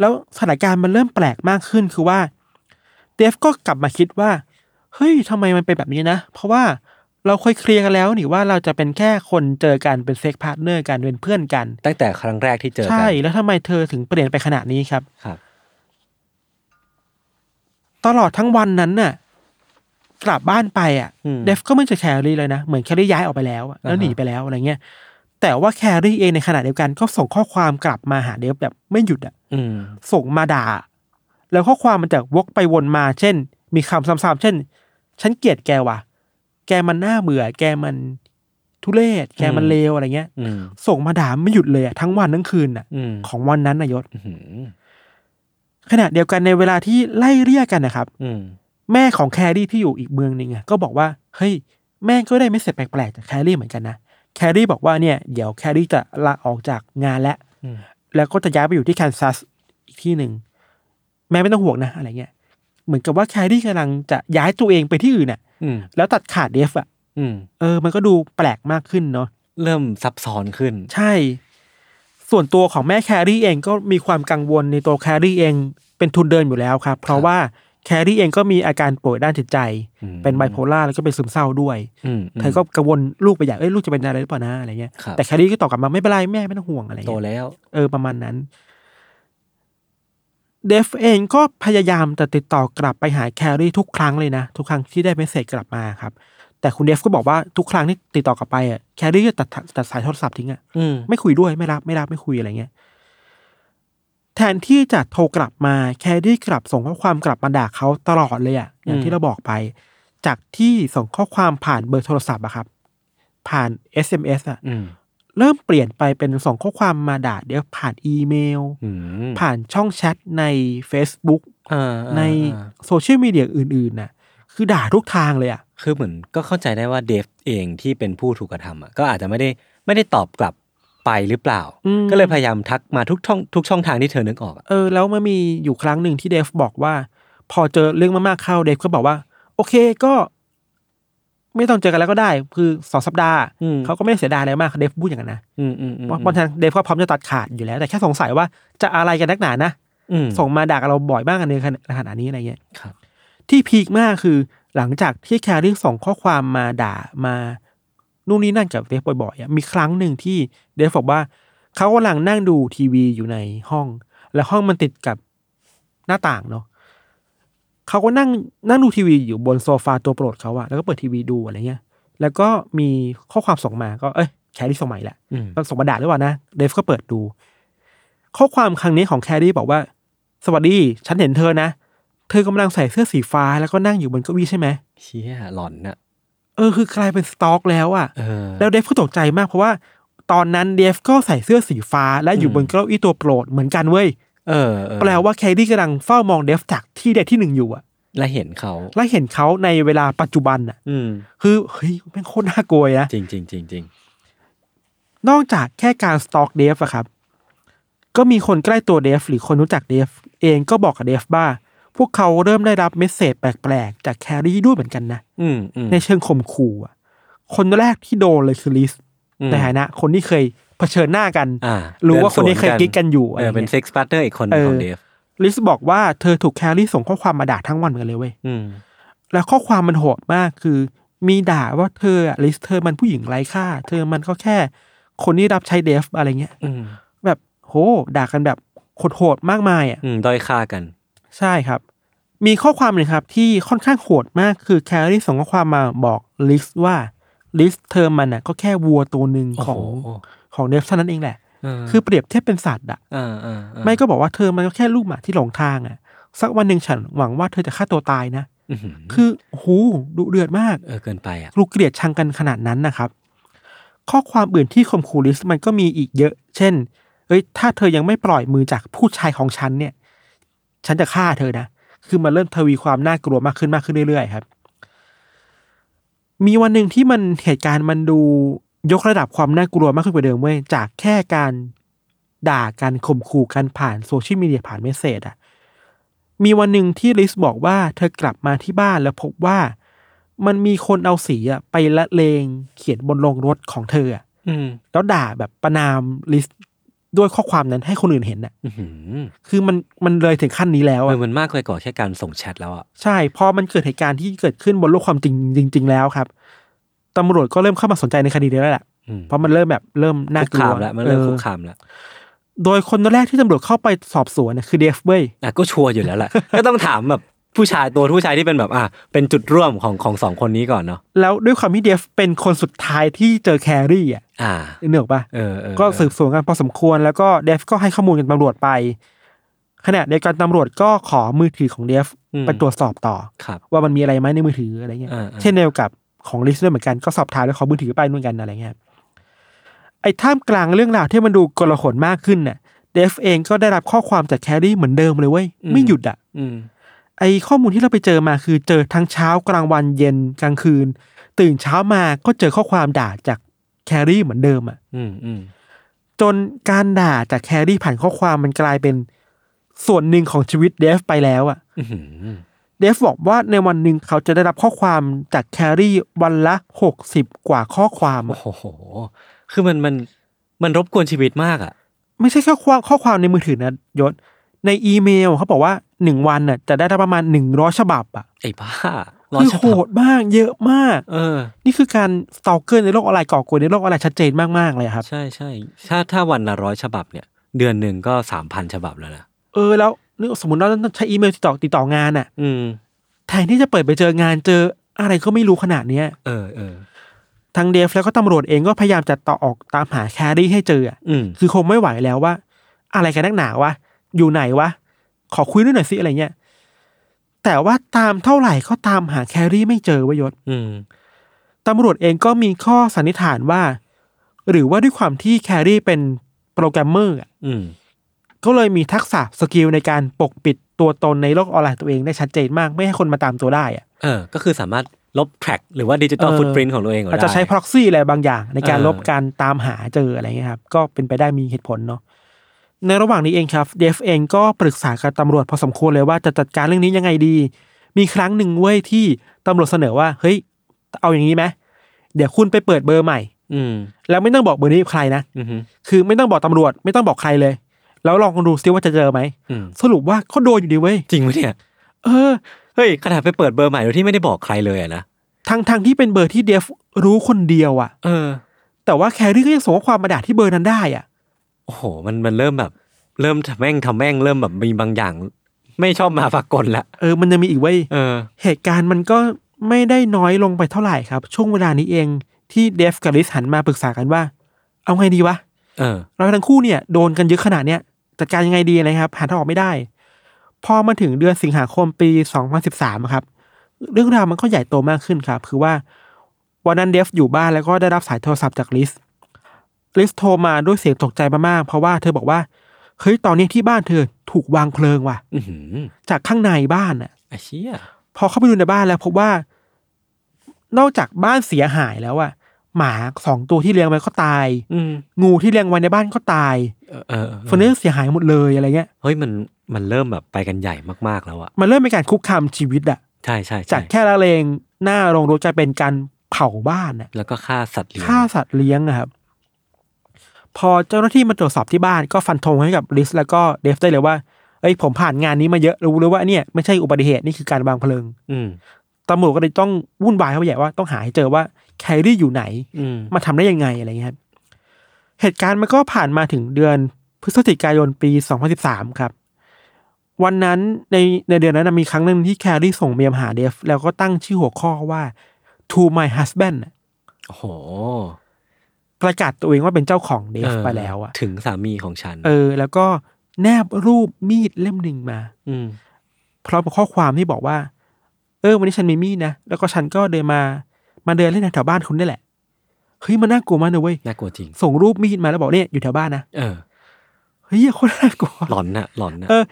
C: แล้วสถานการณ์มันเริ่มแปลกมากขึ้นคือว่า เดฟก็กลับมาคิดว่า เฮ้ยทำไมมันเป็นแบบนี้นะ เพราะว่าเราเคยเคลียร์กันแล้วนี่ว่าเราจะเป็นแค่คนเจอกันเป็นเซ็กพาร์ทเนอร์กันเป็นเพื่อนกัน
B: ตั้งแต่ครั้งแรกที่เจอกัน
C: ใช่แล้วทำไมเธอถึงเปลี่ยนไปขนาดนี้ครับ
B: ครับ
C: ตลอดทั้งวันนั้นน่ะ กลับบ้านไปอ่ะ
B: อืม
C: เดฟก็ไม่เจอแครี่เลยนะ เหมือนแครี่ย้ายออกไปแล้วอะแล้วหนี
B: อ่าฮะ
C: ไปแล้วอะไรเงี้ย แต่ว่าแครี่เองในขณะเดียวกันก็ส่งข้อความกลับมาหาเดฟแบบไม่หยุดอ่ะ
B: อืม
C: ส่งมาด่า แล้วข้อความมันจะวกไปวนมา เช่น มีคำซ้ำๆเช่น ฉันเกลียดแกว่ะ แกมันน่าเบื่อ แกมันทุเรศ แกมัน
B: อืม
C: เลวอะไรเงี้ย
B: อืม
C: ส่งมาด่าไม่หยุดเลยอะทั้งวันทั้งคืนน่ะ
B: อืม
C: ของวันนั้นนายศ
B: อื้อหือ
C: ขณะเดียวกันในเวลาที่ไล่เรียกกันนะครับ
B: อืม
C: แม่ของแครี่ที่อยู่อีกเมืองหนึ่งอะก็บอกว่า เฮ้ย แม่ก็ได้ไม่เสร็จแปลกๆจากแครี่เหมือนกันนะ แครี่บอกว่าเนี่ย เดี๋ยวแครี่จะลาออกจากงานแล้ว
B: อืม
C: แล้วก็จะย้ายไปอยู่ที่แคนซัสอีกที่หนึ่ง แม่ไม่ต้องห่วงนะ อะไรเงี้ย เหมือนกับว่าแครี่กำลังจะย้ายตัวเองไปที่อื่นน่ะ
B: อืม
C: แล้วตัดขาดเดฟอ่ะ
B: อืม
C: เออ มันก็ดูแปลกมากขึ้นเนาะ
B: เริ่มซับซ้อนขึ้น
C: ใช่ ส่วนตัวของแม่แครี่เองก็มีความกังวลในตัวแครี่เองเป็นทุนเดินอยู่แล้วครับ เพราะว่าแครี่เองก็มีอาการป่วยด้านจิตใจ
B: อืม
C: เป็นไบโพล่าแล้วก็เป็นซึมเศร้าด้วย
B: อืมม
C: เธอก็กังวลลูกไปอย่างเอ้ยลูกจะเป็นอะไรหรือเปล่านะอะไรเงี้ย
B: ครับ
C: แต่แครี่ก็ตอบกลับมาไม่เป็นไรแม่ไม่ต้องห่วงอะไร
B: โต
C: เงี้ย
B: แล้ว
C: เออประมาณนั้น เดฟเองก็พยายามจะติดต่อกลับไปหาแครี่ทุกครั้งเลยนะ ทุกครั้งที่ได้เมสเซจกลับมาครับ แต่คุณเดฟก็บอกว่าทุกครั้งที่ติดต่อกลับไปอ่ะแครี่จะตัดตัดสายโทรศัพท์ทิ้งอ่ะ
B: อืม
C: ไม่คุยด้วยไม่รับไม่รับไม่คุยอะไรเงี้ยแทนที่จะโทรกลับมาแครี่กลับส่งข้อความกลับมาด่าเขาตลอดเลยอ่ะอย่างที่เราบอกไป จากที่ส่งข้อความผ่านเบอร์โทรศัพท์อะครับ ผ่าน SMS อะ
B: อืม
C: เริ่มเปลี่ยนไปเป็นส่งข้อความมาด่าเดี๋ยวผ่านอีเมล
B: อืม
C: ผ่านช่องแชทใน Facebook
B: อ่า
C: ใน
B: อ่า
C: โซเชียลมีเดียอื่นๆน่ะ คือด่าทุกทางเลยอ่ะ
B: คือเหมือนก็เข้าใจได้ว่าเดฟเองที่เป็นผู้ถูกกระทำอะก็อาจจะไม่ได้ไม่ได้ตอบกลับไปหรือเปล่า
C: อืม
B: ก็เลยพยายามทักมาทุกช่องทุกช่องทางที่เธอนึกออกอะ
C: เออ แล้วมันมีอยู่ครั้งหนึ่งที่เดฟบอกว่า พอเจอเรื่องมากๆเข้าเดฟก็บอกว่า โอเคก็ ไม่ต้องเจอกันแล้วก็ได้ คือสองสัปดาห์
B: อืม
C: เขาก็ไม่ได้เสียดายอะไรมากเดฟพูดอย่างนั้นนะ
B: อืมอืมอืม
C: เพราะเพราะฉะนั้นเดฟก็พร้อมจะตัดขาดอยู่แล้ว แต่แค่สงสัยว่าจะอะไรกันนักหนานะ
B: อืม
C: ส่งมาด่ากับเราบ่อยมากกันในขณะนี้อะไรเงี้ย
B: ครับ
C: ที่พีคมากคือหลังจากที่แครี่ส่งข้อความมาด่ามานู่นนี่นั่นกับเดฟบ่อยๆอะมีครั้งหนึ่งที่เดฟบอกว่าเขากำลังนั่งดูทีวีอยู่ในห้อง แล้วห้องมันติดกับหน้าต่างเนาะเขาก็นั่งนั่งดูทีวีอยู่บนโซฟาตัวโปรดเขาอะแล้วก็เปิดทีวีดูอะไรเงี้ย แล้วก็มีข้อความส่งมาก็เอ้ยแครี่ส่งใหม่แหละ
B: อืม
C: ส่งมาด่าด้วยว่านะเดฟก็เปิดดู ข้อความครั้งนี้ของแครี่บอกว่า สวัสดี ฉันเห็นเธอนะ เธอกำลังใส่เสื้อสีฟ้าแล้วก็นั่งอยู่บนเก้าอี้ใช่ไหม
B: เชี่ยหลอนน่ะ
C: เออคือกลายเป็นสตอกแล้วอะ่ะ
B: เออ
C: แล้วเดฟก็ตกใจมากเพราะว่า ตอนนั้นเดฟก็ใส่เสื้อสีฟ้าและอยู่
B: อืม
C: บนเก้าอี้ตัวโปรดเหมือนกันเว้ย
B: เออเออ
C: แปลว่าแคดี้กำลังเฝ้ามองเดฟจากที่เดทที่หนึ่งอยู่อะ
B: และเห็นเขา
C: และเห็นเขาในเวลาปัจจุบันอะ
B: อืม
C: คือเฮ้ยแม่งโคตรน่ากลัวเลยนะ
B: จริงจริงจริงจริง
C: นอกจากแค่การสตอกเดฟอะครับ ก็มีคนใกล้ตัวเดฟหรือคนรู้จักเดฟเองก็บอกกับเดฟบ้า พวกเขาเริ่มได้รับเมสเซจแปลกๆ จากแครี่ด้วยเหมือนกันนะ
B: อืมอืม
C: ในเชิงข่มขู่อะคนแรกที่โดนเลยคือลิส
B: อืม
C: ในฐานะ คนที่เคยเผชิญหน้ากัน
B: อ่า
C: รู้
B: เดิ
C: ว่าคนนี้เคย
B: สว
C: กิ๊กกันอยู่อะไร
B: เออเป็น
C: เงี้ย
B: เซ็กซ์พาร์เตอร์อีกคนหนึ่ง
C: เออ
B: ของเดฟ
C: ลิสบอกว่าเธอถูกแครี่ส่งข้อความมาด่าทั้งวันเหมือนกันเลยเว้ย
B: อืม
C: แล้วข้อความมันโหดมากคือ มีด่าว่าเธออะลิสเธอมันผู้หญิงไร้ค่า เธอมันก็แค่ คนที่รับใช้เดฟอะไรเงี้ย
B: อืม
C: แบบโหด่ากันแบบโหดๆมากมายอ่ะ
B: อืมด้อยค่ากัน
C: ใช่ครับ มีข้อความหนึ่งครับที่ค่อนข้างโหดมากคือแคลรี่ส่งข้อความมาบอกลิสว่าลิสเธอมันน่ะก็แค่วัวตัวหนึ่งของ
B: โอ้โห
C: ของเดฟเท่านั้นเองแหละ
B: คื
C: คือ อเปรียบเทียบเป็นสัตว์อ่ะ
B: อ่าอ่าอ่า
C: ไม่ก็บอกว่าเธอมันก็แค่ลูกหมาที่หลงทางอ่ะ สักวันหนึ่งฉันหวังว่าเธอจะฆ่าตัวตายนะ
B: อื้อหือ
C: คือโอ้โหูดุเดือดมาก
B: เออเกินไปอ่ะ
C: กลูเกลียดชังกันขนาดนั้นนะครับ ข้อความอื่นที่ข่มขู่ลิสมันก็มีอีกเยอะ เช่น เอ้ย ถ้าเธอยังไม่ปล่อยมือจากผู้ชายของฉันเนี่ย ฉันจะฆ่าเธอนะ คือมันเริ่มทวีความน่ากลัวมากขึ้นมากขึ้นเรื่อยๆครับ มีวันหนึ่งที่มันเหตุการณ์มันดูยกระดับความน่ากลัวมากขึ้นกว่าเดิมเว้ย จากแค่การด่ากันข่มขู่กันผ่านโซเชียลมีเดียผ่านเมสเซจอะมีวันหนึ่งที่ลิสบอกว่าเธอกลับมาที่บ้านแล้วพบว่า มันมีคนเอาสีอะไปละเลงเขียนบนโลงรถของเธออะ
B: อืม
C: แล้วด่าแบบประนามลิสด้วยข้อความนั้นให้คนอื่นเห็นน่ะ
B: อื้อหือ
C: คือมันมันเลยถึงขั้นนี้แล้ว
B: เอ
C: อะ
B: อมันมากไปกว่าแค่การส่งแชทแล้วอ่ะ
C: ใช่พอมันเกิดเหตุการณ์ที่เกิดขึ้นบนโลกความจริงจริง ๆ แล้วครับตำรวจก็เริ่มเข้ามาสนใจในคดีนี้แล้วแหละ
B: อืม
C: เพราะมันเริ่มแบบเริ่มน่า
B: คุก
C: กลั
B: คาว มแล้วมันเริ่ม
C: ออ
B: คุกคามแล้ว
C: โดยคนแรกที่ตำรวจเข้าไปสอบสวนน่ะคือเดฟเว้ย
B: อ่ะก็ชัวร์อยู่แล้วแหละ ก็ต้องถามแบบผู้ชายตัวผู้ชายที่เป็นแบบอ่ะเป็นจุดร่วมของของสองคนนี้ก่อนเนาะ
C: แล้วด้วยความที่เดฟเป็นคนสุดท้ายที่เจอแครี่อ่ะ
B: อ่า
C: นึกออกปะ
B: เออเออ
C: ก็สืบสวนกันพอสมควรแล้วก็เดฟก็ให้ข้อมูลกับตำรวจไปขณะเดียวกันตำรวจก็ขอมือถือของเดฟ
B: อืม
C: ไปตรวจสอบต่อ
B: ครับ
C: ว่ามันมีอะไรไหมในมือถืออะไรเงี้ย
B: อ่าๆ
C: เช่นเดียวกับของลิสด้วยเหมือนกันก็สอบถามแล้วขอมือถือไปเหมือนกันอะไรเงี้ยไอ้ท่ามกลางเรื่องราวที่มันดูกลาหนมากขึ้นน่ะเดฟเองก็ได้รับข้อความจากแครี่เหมือนเดิมเลยเว้ยไม่หยุดอ่ะ
B: อืม
C: ไอ้ข้อมูลที่เราไปเจอมาคือเจอทั้งเช้ากลางวันเย็นกลางคืน ตื่นเช้ามาก็เจอข้อความด่าจากแครี่เหมือนเดิมอ่ะ
B: อืมอืม
C: จนการด่าจากแครี่ผ่านข้อความมันกลายเป็นส่วนหนึ่งของชีวิตเดฟไปแล้วอะ
B: อื้อหือ
C: เดฟบอกว่าในวันหนึ่งเขาจะได้รับข้อความจากแครี่วันละหกสิบกว่าข้อความ
B: โอ้
C: อะ
B: โหคือมันมันมันรบกวนชีวิตมากอ่ะ
C: ไม่ใช่แค่ข้อข้อความในมือถือนะยศ ในอีเมลเขาบอกว่าหนึ่งวันน่ะจะได้รับประมาณหนึ่งร้อยฉบับอะ
B: ไอ้บ้า
C: คือ
B: ฉ
C: โห
B: บับ
C: ดมากเยอะมาก
B: เออ
C: นี่คือการสตอเกอร์ในโลกออนไลน์ก่อกวนในโลกออนไลน์ชัดเจนมากๆเลยครับ
B: ใช่ใช่ถ้าถ้าวันละร้อยฉบับเนี่ย เดือนหนึ่งก็สามพันฉบับแล้วนะ
C: เออแล้วนึกสมมติเราต้องใช้อีเมลติดต่อติดต่องานน่ะ
B: อืม
C: แทนที่จะเปิดไปเจองานเจออะไรก็ไม่รู้ขนาดเนี้ย
B: เออเออ
C: ทั้งเดฟแล้วก็ตำรวจเองก็พยายามจะต่อออกตามหาแครี่ให้เจออะ
B: อืม
C: คือคงไม่ไหวแล้วว่า อะไรกันนักหนาวะ อยู่ไหนวะ ขอคุยด้วยหน่อยสิอะไรเงี้ย แต่ว่าตามเท่าไหร่ก็ตามหาแครี่ไม่เจอเวยยศ
B: อืม
C: ตำรวจเองก็มีข้อสันนิษฐานว่า หรือว่าด้วยความที่แครี่เป็นโปรแกรมเมอร์อะ
B: อืม
C: ก็เลยมีทักษะสกิลในการปกปิดตัวตนในโลกออนไลน์ตัวเองได้ชัดเจนมาก ไม่ให้คนมาตามตัวได้อะ
B: เออ ก็คือสามารถลบแทร็กหรือว่าดิจิตอล
C: เออ
B: ฟุตปริน t ของตัวเองก็
C: อาจ
B: ได้
C: จะใช้ proxy อะไรบางอย่าง ในการ
B: เออ
C: ลบการตามหาเจออะไรเงี้ยครับ ก็เป็นไปได้มีเหตุผลเนาะในระหว่างนี้เองครับเดฟเองก็ปรึกษากับตำรวจพอสมควรเลยว่าจะจัดการเรื่องนี้ยังไงดี มีครั้งหนึ่งเว้ยที่ตำรวจเสนอว่า เฮ้ย เอาอย่างนี้ไหมเดี๋ยวคุณไปเปิดเบอร์ใหม่
B: อืม
C: แล้วไม่ต้องบอกเบอร์นี้ใครนะ
B: อืม
C: คือไม่ต้องบอกตำรวจไม่ต้องบอกใครเลย แล้วลองดูซิว่าจะเจอไหม
B: อืม
C: สรุปว่าก็โดนอยู่ดีเว้ย
B: จริงไหมเนี่ย
C: เออ
B: เฮ้ยขนาดไปเปิดเบอร์ใหม่โดยที่ไม่ได้บอกใครเลยอะนะ
C: ทางทางที่เป็นเบอร์ที่เดฟรู้คนเดียวอะ
B: เออ
C: แต่ว่าแครี่ก็ยังส่งข้อความมาด่าที่เบอร์นั้นได้อะ
B: โอ้โห มันมันเริ่มแบบ เริ่มทำแม่งทำแม่งเริ่มแบบมีบางอย่าง ไม่ชอบมาปรากฏละ
C: เออ มันยังมีอีกเว้ย
B: เออ
C: เหตุการณ์มันก็ไม่ได้น้อยลงไปเท่าไหร่ครับ ช่วงเวลานี้เองที่เดฟกับลิสหันมาปรึกษากันว่า เอาไงดีวะ
B: เออ
C: เราทั้งคู่เนี่ยโดนกันเยอะขนาดเนี้ยจัดการยังไงดีนะครับ หาทางออกไม่ได้ พอมาถึงเดือนสิงหาคมปี 2013อะครับ เรื่องราวมันก็ใหญ่โตมากขึ้นครับ คือว่าวันนั้นเดฟอยู่บ้านแล้วก็ได้รับสายโทรศัพท์จากลิส ลิสโทรมาด้วยเสียงตกใจมากๆ เพราะว่าเธอบอกว่า เฮ้ย ตอนนี้ที่บ้านเธอถูกวางเพลิงว่ะ
B: อื้อหือ
C: จากข้างในบ้านน่ะ
B: ไอ้เชี่ย
C: พอเข้าไปดูในบ้านแล้วพบว่า นอกจากบ้านเสียหายแล้วอะหมาสองตัวที่เลี้ยงไว้ก็ตาย
B: อืม
C: งูที่เลี้ยงไว้ในบ้านก็ตาย
B: เออเออ
C: เฟอร์นิเจอร์เสียหายหมดเลยอะไรเงี้ย
B: เฮ้ยมันมันเริ่มแบบไปกันใหญ่มากๆแล้วอะ
C: มันเริ่มเป็นการคุกคามชีวิตอะ
B: ใช่ใช่ใช่
C: จากแค่ละเลงหน้าโรงรถจะเป็นการเผาบ้านอะ
B: แล้วก็ฆ่าสัตว์เลี้ยง
C: ฆ่าสัตว์เลี้ยงอะครับ พอเจ้าหน้าที่มาตรวจสอบที่บ้านก็ฟันธงให้กับลิส แล้วก็เดฟได้เลยว่าเอ้ยผมผ่านงานนี้มาเยอะรู้เลยว่าเนี่ยไม่ใช่อุบัติเหตุนี่คือการวางเพลิง
B: อืม
C: ตำรวจก็เลยต้องวุ่นวายเข้าไปใหญ่ว่าต้องหาให้เจอว่าแคลรี่อยู่ไหน
B: อืม
C: มาทำได้ยังไงอะไรเงี้ยครับเหตุการณ์มันก็ผ่านมาถึงเดือนพฤศจิกายนปี 2013 ครับ วันนั้นในในเดือนนั้นนะมีครั้งหนึ่งที่แคลรี่ส่งเมียมหาเดฟ แล้วก็ตั้งชื่อหัวข้อว่า to my husband น่ะ
B: โอ้โห
C: ประกาศตัวเองว่าเป็นเจ้าของเด
B: เอ
C: ฟ
B: อ
C: ไปแล้วอะ
B: ถึงสามีของฉัน
C: เออ แล้วก็แนบรูปมีดเล่มหนึ่งมา
B: อืม
C: พร้อมกับข้อความที่บอกว่า เออ วันนี้ฉันมีมีดนะ แล้วก็ฉันก็เดินมา มาเดินเล่นแถวบ้านคุณนี่แหละ เฮ้ย มันน่ากลัวมากนะเว้ย
B: น่ากลัวจริง
C: ส่งรูปมีดมาแล้วบอกเนี่ยอยู่แถวบ้านนะ
B: เออ
C: เฮ้ยโคตรน่ากลัว
B: หลอนน่ะหลอนน่ะ
C: เออ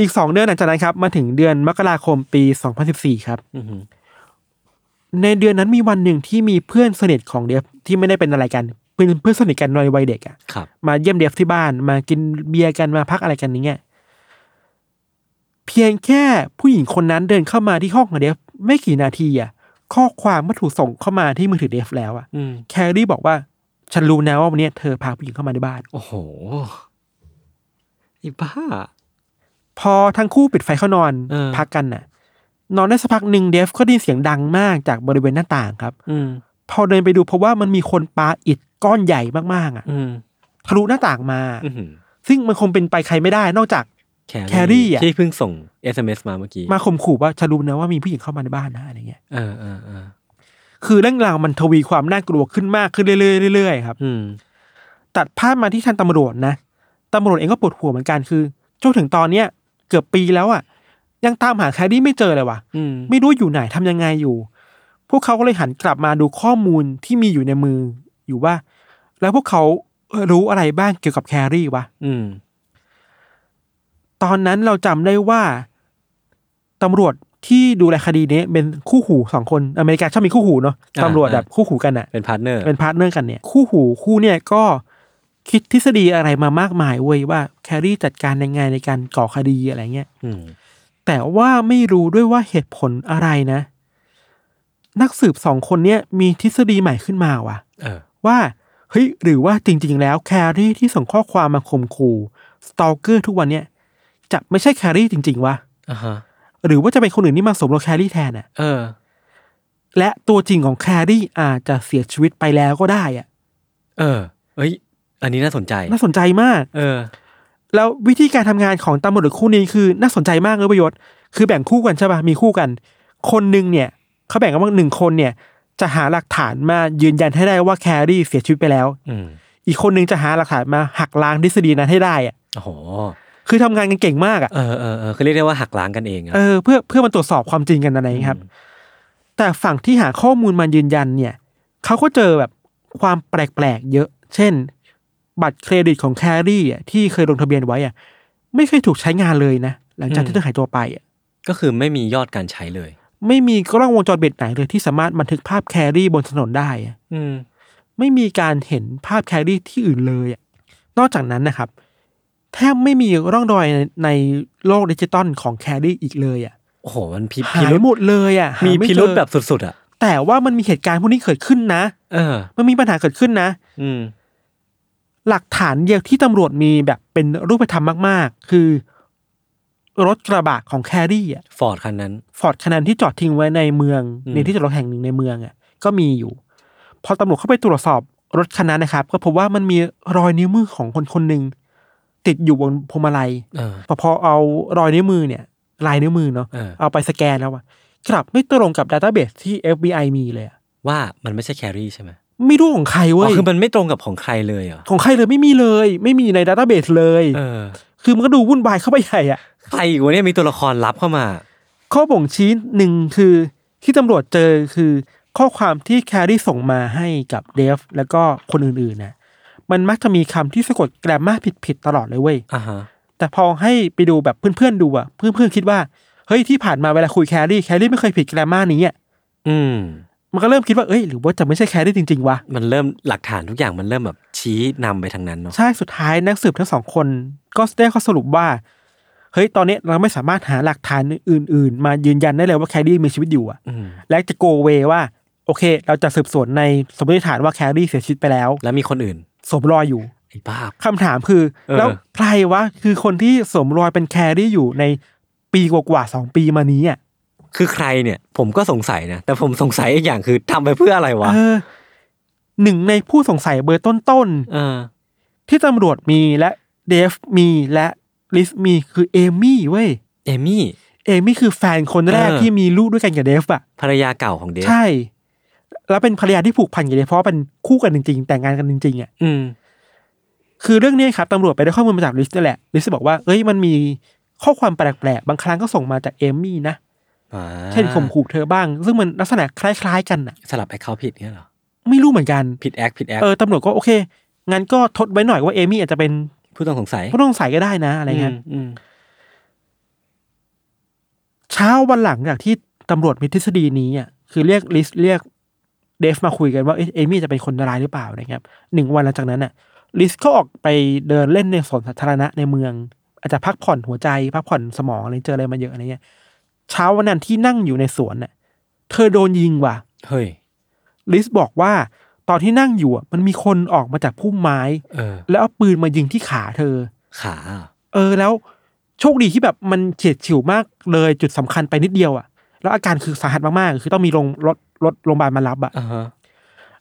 C: อีกสองเดือนหลังจากนั้นครับ มาถึงเดือนมกราคมปี 2014 ครับ
B: อหือ
C: ในเดือนนั้นมีวันหนึ่งที่มีเพื่อนสนิทของเดฟที่ไม่ได้เป็นอะไรกันเป็นเพื่อนสนิทกันในวัยเด็กอะ
B: ครับ
C: มาเยี่ยมเดฟที่บ้านมากินเบียร์กันมาพักอะไรกันอย่างเงี้ยเพียงแค่ผู้หญิงคนนั้นเดินเข้ามาที่ห้องของเดฟไม่กี่นาทีอะข้อความก็ถูกส่งเข้ามาที่มือถือเดฟแล้วอะ
B: อืม
C: แคลรี่บอกว่าฉันรู้นะว่าวันเนี้ยเธอพาผู้หญิงเข้ามาในบ้าน
B: โอ้โหอีบ้า
C: พอทั้งคู่ปิดไฟเข้านอน
B: เออ
C: พักกันน่ะ นอนได้สักพักหนึ่งเดฟก็ได้ยินเสียงดังมากจากบริเวณหน้าต่างครับ
B: อืม
C: พอเดินไปดูเพราะว่ามันมีคนปาอิฐก้อนใหญ่มากๆอ่ะ
B: อืม
C: ทะลุหน้าต่างมา
B: อือหือ
C: ซึ่งมันคงเป็นไปใครไม่ได้นอกจาก
B: แค
C: แครี่อะ
B: ที่เพิ่งส่ง SMS มาเมื่อกี้
C: มาข่มขู่ว่าฉันรู้นะว่ามีผู้หญิงเข้ามาในบ้านนะอะไรเงี้ย
B: เออเออเออ
C: คือเรื่องราวมันทวีความน่ากลัวขึ้นมากขึ้นเรื่อยๆเรื่อยๆครับ
B: อืม
C: ตัดภาพมาที่ทางตำรวจนะตำรวจเองก็ปวดหัวเหมือนกันคือจนถึงตอนเนี้ยเกือบปีแล้วอ่ะ ยังตามหาแคดดี้ไม่เจอเลยว่ะ
B: อืม
C: ไม่รู้อยู่ไหนทำยังไงอยู่ พวกเขาก็เลยหันกลับมาดูข้อมูลที่มีอยู่ในมืออยู่ว่า แล้วพวกเขารู้อะไรบ้างเกี่ยวกับแครี่วะ
B: อืม
C: ตอนนั้นเราจำได้ว่าตำรวจที่ดูแลคดีนี้เป็นคู่หูสองคนอเมริกาชอบมีคู่หูเนาะ
B: า
C: ตำรวจแบบคู่หูกันอะ
B: เป็นพาร์ทเนอร์
C: เป็นพาร์ทเนอร์กันเนี่ย คู่หูคู่เนี่ยก็คิดทฤษฎีอะไรมามากมายเว้ยว่าแครี่จัดการยังไงในการก่อคดีอะไรเงี้ย
B: อืม
C: แต่ว่าไม่รู้ด้วยว่าเหตุผลอะไรนะ นักสืบสองคนเนี้ยมีทฤษฎีใหม่ขึ้นมาว่ะ
B: เออ
C: ว่าเฮ้ยหรือว่าจริง ๆ แล้วแครี่ที่ส่งข้อความมาข่มขู่สตอเกอร์ทุกวันเนี้ยจะไม่ใช่แครี่จริง ๆวะ
B: อ่าฮะ
C: หรือว่าจะเป็นคนอื่นที่มาสวมรอยแครี่แทนอ่ะ
B: เออ
C: และตัวจริงของแครี่อาจจะเสียชีวิตไปแล้วก็ได้อ่ะ
B: เออ เอ้ย อันนี้น่าสนใจ
C: น่าสนใจมาก
B: เออ
C: แล้ววิธีการทำงานของตำรวจคู่นี้คือน่าสนใจมากเลยประโยชน์คือแบ่งคู่กันใช่ปะมีคู่กัน คนหนึ่งเนี่ยเขาแบ่งกันว่าหนึ่งคนเนี่ย จะหาหลักฐานมายืนยันให้ได้ว่าแครี่เสียชีวิตไปแล้ว
B: อืม
C: อีกคนหนึ่งจะหาหลักฐานมาหักล้างทฤษฎีนั้นให้ได้อะ
B: โอ้โห
C: คือทำงานกันเก่งมากอะ
B: เออเออเออคือเรียกได้ว่าหักล้างกันเองอะ
C: เออเพื่อเพื่อมาตรวจสอบความจริงกันอะไรอย่างเงี้ยครับ แต่ฝั่งที่หาข้อมูลมายืนยันเนี่ยเขาก็เจอแบบความแปลกๆเยอะ เช่น บัตรเครดิตของแครี่อะที่เคยลงทะเบียนไว้อะไม่เคยถูกใช้งานเลยนะ หลังจากที่เธอหายตัวไปอะ
B: ก็คือไม่มียอดการใช้เลย
C: ไม่มีกล้องวงจรปิดไหนเลยที่สามารถบันทึกภาพแครี่บนถนนได้อะ
B: อืม
C: ไม่มีการเห็นภาพแครี่ที่อื่นเลยอะนอกจากนั้นนะครับ แทบไม่มีร่องรอยในในโลกดิจิตอลของแครี่อีกเลยอ่ะ
B: โอ้โห มันพิ
C: หา
B: พิ
C: ย
B: รุษ
C: หมดเลยอ่ะหา
B: มี
C: ไ
B: พิรุษแบบสุดๆ อ่ะ
C: แต่ว่ามันมีเหตุการณ์พวกนี้เกิดขึ้นนะ
B: เออ
C: มันมีปัญหาเกิดขึ้นนะ
B: อืม
C: หลักฐานเดียวที่ตำรวจมีแบบเป็นรูปธรรมมาก ๆ คือ รถกระบะของแครี่อ่ะ
B: ฟอร์ดคันนั้น
C: ฟอร์ดคันนั้นที่จอดทิ้งไว้ในเมือง
B: อืม
C: ในที่จอดรถแห่งหนึ่งในเมืองอ่ะก็มีอยู่ พอตำรวจเข้าไปตรวจสอบรถคันนั้นนะครับ ก็พบว่ามันมีรอยนิ้วมือของคนคนหนึ่งติดอยู่บนพวงมาลัย
B: เออ
C: พอพอเอารอยนิ้วมือเนี่ย ลายนิ้วมือเนาะ
B: เออ
C: เอาไปสแกนแล้วอะกลับไม่ตรงกับดัตต้าเบสที่ FBI มีเลยอะ
B: ว่ามันไม่ใช่แครี่ใช่ไหม
C: ไม่รู้ของใคร
B: อ๋
C: เว้
B: อย คือมันไม่ตรงกับของใครเลยเหรอ
C: ของใครเลยไม่มีเลย ไม่มีในดัตต้าเบสเลย
B: เออ
C: คือมันก็ดูวุ่นวายเข้าไปใหญ่อะ
B: ใครอีกวะเนี่ยมีตัวละครลับเข้ามา
C: ข้อบ่งชี้หนึ่งคือที่ตำรวจเจอคือข้อความที่แครี่ส่งมาให้กับเดฟแล้วก็คนอื่นๆนะมันมักจะมีคำที่สะกดแกรมมาผิดๆตลอดเลยเว้ย
B: อ่าฮะ
C: แต่พอให้ไปดูแบบเพื่อนๆดูอะเพื่อนๆคิดว่าเฮ้ยที่ผ่านมาเวลาคุยแครี่แครี่ไม่เคยผิดแกรมมานี้อะ
B: อืม
C: มันก็เริ่มคิดว่าเอ้ยหรือว่าจะไม่ใช่แครี่จริงๆวะ
B: มันเริ่มหลักฐานทุกอย่างมันเริ่มแบบชี้นำไปทางนั้นเนาะ
C: ใช่สุดท้ายนักสืบทั้งสองคนก็ได้ข้อสรุปว่าเฮ้ยตอนนี้เราไม่สามารถหาหลักฐานอื่น ๆ มายืนยันได้เลยว่าแครี่มีชีวิตอยู่อะ
B: อืม
C: และจะโกเวว่าโอเค เราจะสืบสวนในสมมติฐานว่าแครี่เสียชีวิตไปแล้ว
B: แล้วมีคนอื่น
C: สวมรอยอยู่
B: ไอ้บ้า
C: คำถามคือ
B: เออ
C: แล้วใครวะคือคนที่สวมรอยเป็นแครี่อยู่ในปีกว่าๆสองปีมานี้อ่ะ
B: คือใครเนี่ย ผมก็สงสัยนะ แต่ผมสงสัยอีกอย่างคือทำไปเพื่ออะไรวะ
C: เออหนึ่งในผู้สงสัยเบอร์ต้น
B: เออ
C: ๆที่ตำรวจมีและเดฟมีและลิสมีคือเอมี่เว้ย
B: เอมี่
C: เอมี่คือแฟนคนแรก
B: เออ
C: ที่มีลูกด้วยกันกับเดฟอ่ะ
B: ภรรยาเก่าของเดฟ
C: ใช่ แล้วเป็นภรรยาที่ผูกพันกับเดฟเพราะว่าเป็นคู่กันจริงๆ แต่งงานกันจริงๆอ่ะ
B: อืม
C: คือเรื่องนี้ครับตำรวจไปได้ข้อมูลมาจากลิสนี่แหละลิสบอกว่าเอ้ยมันมีข้อความแปลกๆ บางครั้งก็ส่งมาจากเอมมี่นะ
B: อ่า
C: เช่นข่มขู่เธอบ้าง ซึ่งมันลักษณะคล้ายๆกันน่ะ
B: สลับแอคเคาผิดเนี่ยเหรอ
C: ไม่รู้เหมือนกัน
B: ผิดแอคผิดแอค
C: เออตำรวจก็โอเค งั้นก็ทดไว้หน่อยว่าเอมี่อาจจะเป็น
B: ผู้ต้องสงสัย
C: ผู้ต้องสงสัยก็ได้นะอะไรเงี้ย
B: อืม
C: เช้าวันหลังจากที่ตำรวจมีทฤษฎีนี้อ่ะคือเรียกลิสเรียกเดฟมาคุยกันว่าเอ้ยเอมี่จะเป็นคนร้ายหรือเปล่านะครับหนึ่งวันหลังจากนั้นน่ะลิสก็ออกไปเดินเล่นในสวนสาธารณะในเมือง อาจจะพักผ่อนหัวใจ พักผ่อนสมองอะไรเจออะไรมาเยอะอะไรเงี้ยเช้าวันนั้นที่นั่งอยู่ในสวนน่ะ เธอโดนยิงว่ะ
B: เฮ้ย
C: ลิสบอกว่าตอนที่นั่งอยู่อ่ะมันมีคนออกมาจากพุ่มไม้
B: เออ
C: แล้วเอาปืนมายิงที่ขาเธอ
B: ขาอ่ะ
C: เออแล้วโชคดีที่แบบมันเฉียดฉิวมากเลยจุดสำคัญไปนิดเดียวอ่ะ แล้วอาการคือสาหัสมากๆ คือต้องมีลงรถรถโรงพยาบาลมารับอ่ะ
B: อ่าฮะ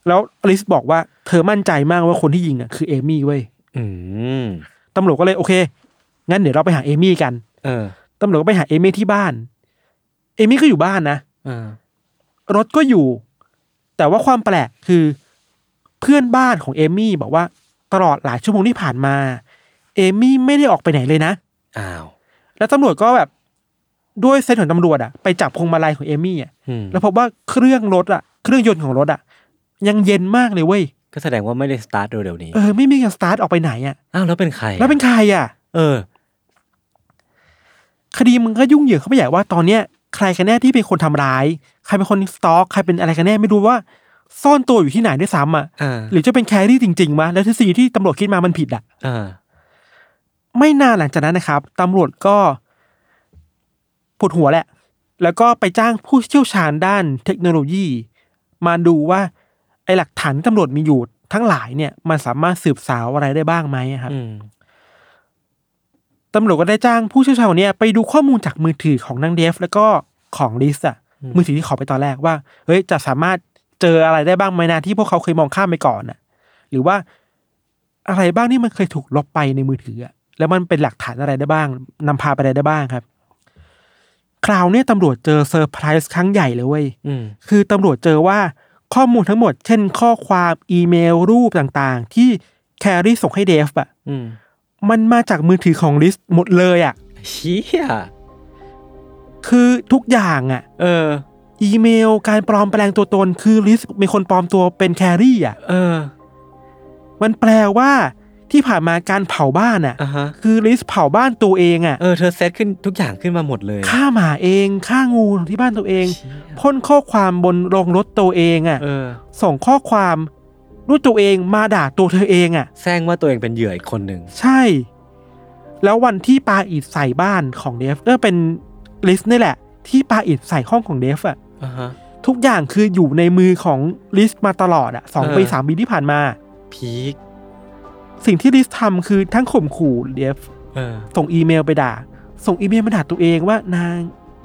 C: แล้วลิสบอกว่าเธอมั่นใจมากว่าคนที่ยิงอ่ะคือเอมี่เว้ย
B: อืม
C: ตำรวจก็เลยโอเค งั้นเดี๋ยวเราไปหาเอมี่กัน
B: เออ
C: ตำรวจก็ไปหาเอมี่ที่บ้าน เอมี่ก็อยู่บ้านนะ
B: เออ
C: รถก็อยู่ แต่ว่าความแปลกคือเพื่อนบ้านของเอมี่บอกว่าตลอดหลายชั่วโมงที่ผ่านมา เอมี่ไม่ได้ออกไปไหนเลยนะ
B: อ้าว
C: แล้วตำรวจก็แบบด้วยเซนส์ของตำรวจอะไปจับพวงมาลัยของเอมี่อะ
B: อืม
C: แล้วพบว่าเครื่องรถอะเครื่องยนต์ของรถอะยังเย็นมากเลยเว้ย
B: ก็แสดงว่าไม่ได้สตาร์ทเร็วๆนี้
C: เออไม่มีการสตาร์ทออกไปไหนอะ
B: อ้าว แล้วเป็นใครอะ
C: แล้วเป็นใครอะ
B: เออ
C: คดีมันก็ยุ่งเหยิงเข้าไปใหญ่ว่าตอนเนี้ยใครกันแน่ที่เป็นคนทำร้าย ใครเป็นคนสตอกใครเป็นอะไรกันแน่ไม่รู้ว่า ซ่อนตัวอยู่ที่ไหนด้วยซ้ำอะ
B: อ่า
C: หรือจะเป็นแครี่จริงๆวะแล้วทฤษฎีที่ตำรวจคิดมามันผิดอะ
B: อ่า
C: ไม่นานหลังจากนั้นนะครับตำรวจก็ปวดหัวแหละ แล้วก็ไปจ้างผู้เชี่ยวชาญด้านเทคโนโลยี มาดูว่าไอหลักฐานที่ตำรวจมีอยู่ทั้งหลายเนี่ยมันสามารถสืบสาวอะไรได้บ้างไหมอะครับ
B: อืม
C: ตำรวจก็ได้จ้างผู้เชี่ยวชาญคนเนี่ยไปดูข้อมูลจากมือถือของนางเดฟ แล้วก็ของลิสอะ
B: อืม
C: มือถือที่ขอไปตอนแรกว่าเฮ้ยจะสามารถเจออะไรได้บ้างไหมนะที่พวกเขาเคยมองข้ามไปก่อนน่ะ หรือว่าอะไรบ้างที่มันเคยถูกลบไปในมือถืออะแล้วมันเป็นหลักฐานอะไรได้บ้างนำพาไปอะไรได้บ้างครับ คราวเนี้ยตำรวจเจอเซอร์ไพรส์ครั้งใหญ่เลยเว้ย
B: อืม
C: คือตำรวจเจอว่าข้อมูลทั้งหมด เช่น ข้อความอีเมลรูปต่างๆ ที่แครี่ส่งให้เดฟอะ
B: อืม
C: มันมาจากมือถือของลิสหมดเลยอะ
B: เชี่ย
C: คือทุกอย่างอะ
B: เออ
C: อีเมลการปลอมแปลงตัวตน คือลิสมีคนปลอมตัวเป็นแครี่อะ
B: เออ
C: มันแปลว่าที่ผ่านมาการเผาบ้านอะ
B: อ่าฮะ
C: คือลิสเผาบ้านตัวเองอะ
B: เออ เธอเซตขึ้นทุกอย่างขึ้นมาหมดเลย
C: ฆ่าหมาเองฆ่างูที่บ้านตัวเองพ่นข้อความบนโรงรถตัวเองอะ
B: เออ
C: ส่งข้อความด้วยตัวเองมาด่าตัวเธอเองอะ
B: แซงว่าตัวเองเป็นเหยื่ออีกคนหนึ่ง
C: ใช่ แล้ววันที่ปาอิดใส่บ้านของเดฟก็เป็นลิสนี่แหละ ที่ปาอิดใส่ห้องของเดฟอะ
B: อ่าฮะ
C: ทุกอย่างคืออยู่ในมือของลิสมาตลอดอะสองปี
B: เออ
C: สามปีที่ผ่านมา
B: พีค
C: สิ่งที่ลิสทำคือทั้งข่มขู่เดฟ
B: เออ
C: ส่งอีเมลไปด่า ส่งอีเมลมาด่าตัวเองว่านาง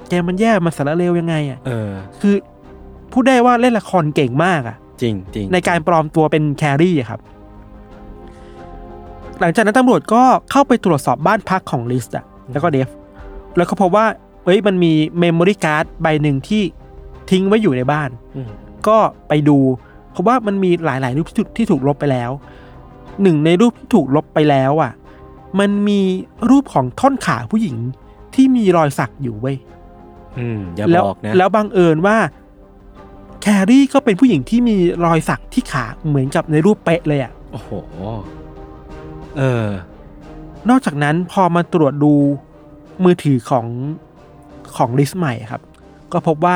C: แกมันแย่มันสารเลวยังไงอะ
B: เออ
C: คือพูดได้ว่าเล่นละครเก่งมากอะ
B: จริงจริง
C: ในการปลอมตัวเป็นแครี่อะครับ หลังจากนั้นตำรวจก็เข้าไปตรวจสอบบ้านพักของลิสต์อะแล้วก็เดฟ แล้วก็พบว่า เอ้ย มันมีเมมโมรี่การ์ดใบหนึ่งที่ทิ้งไว้อยู่ในบ้าน
B: อืม
C: ก็ไปดูพบว่ามันมีหลาย ๆ รูปที่ถูกลบไปแล้ว หนึ่งในรูปที่ถูกลบไปแล้วอะมันมีรูปของท่อนขาผู้หญิง ที่มีรอยสักอยู่เว้ย
B: อืมอย่า
C: แล้ว
B: บอกนะ
C: แล้วบังเอิญว่าแครี่ก็เป็นผู้หญิงที่มีรอยสักที่ขาเหมือนกับในรูปเป๊ะเลยอะ
B: โอ้โห เออ
C: นอกจากนั้นพอมาตรวจดูมือถือของของลิสใหม่ครับ ก็พบว่า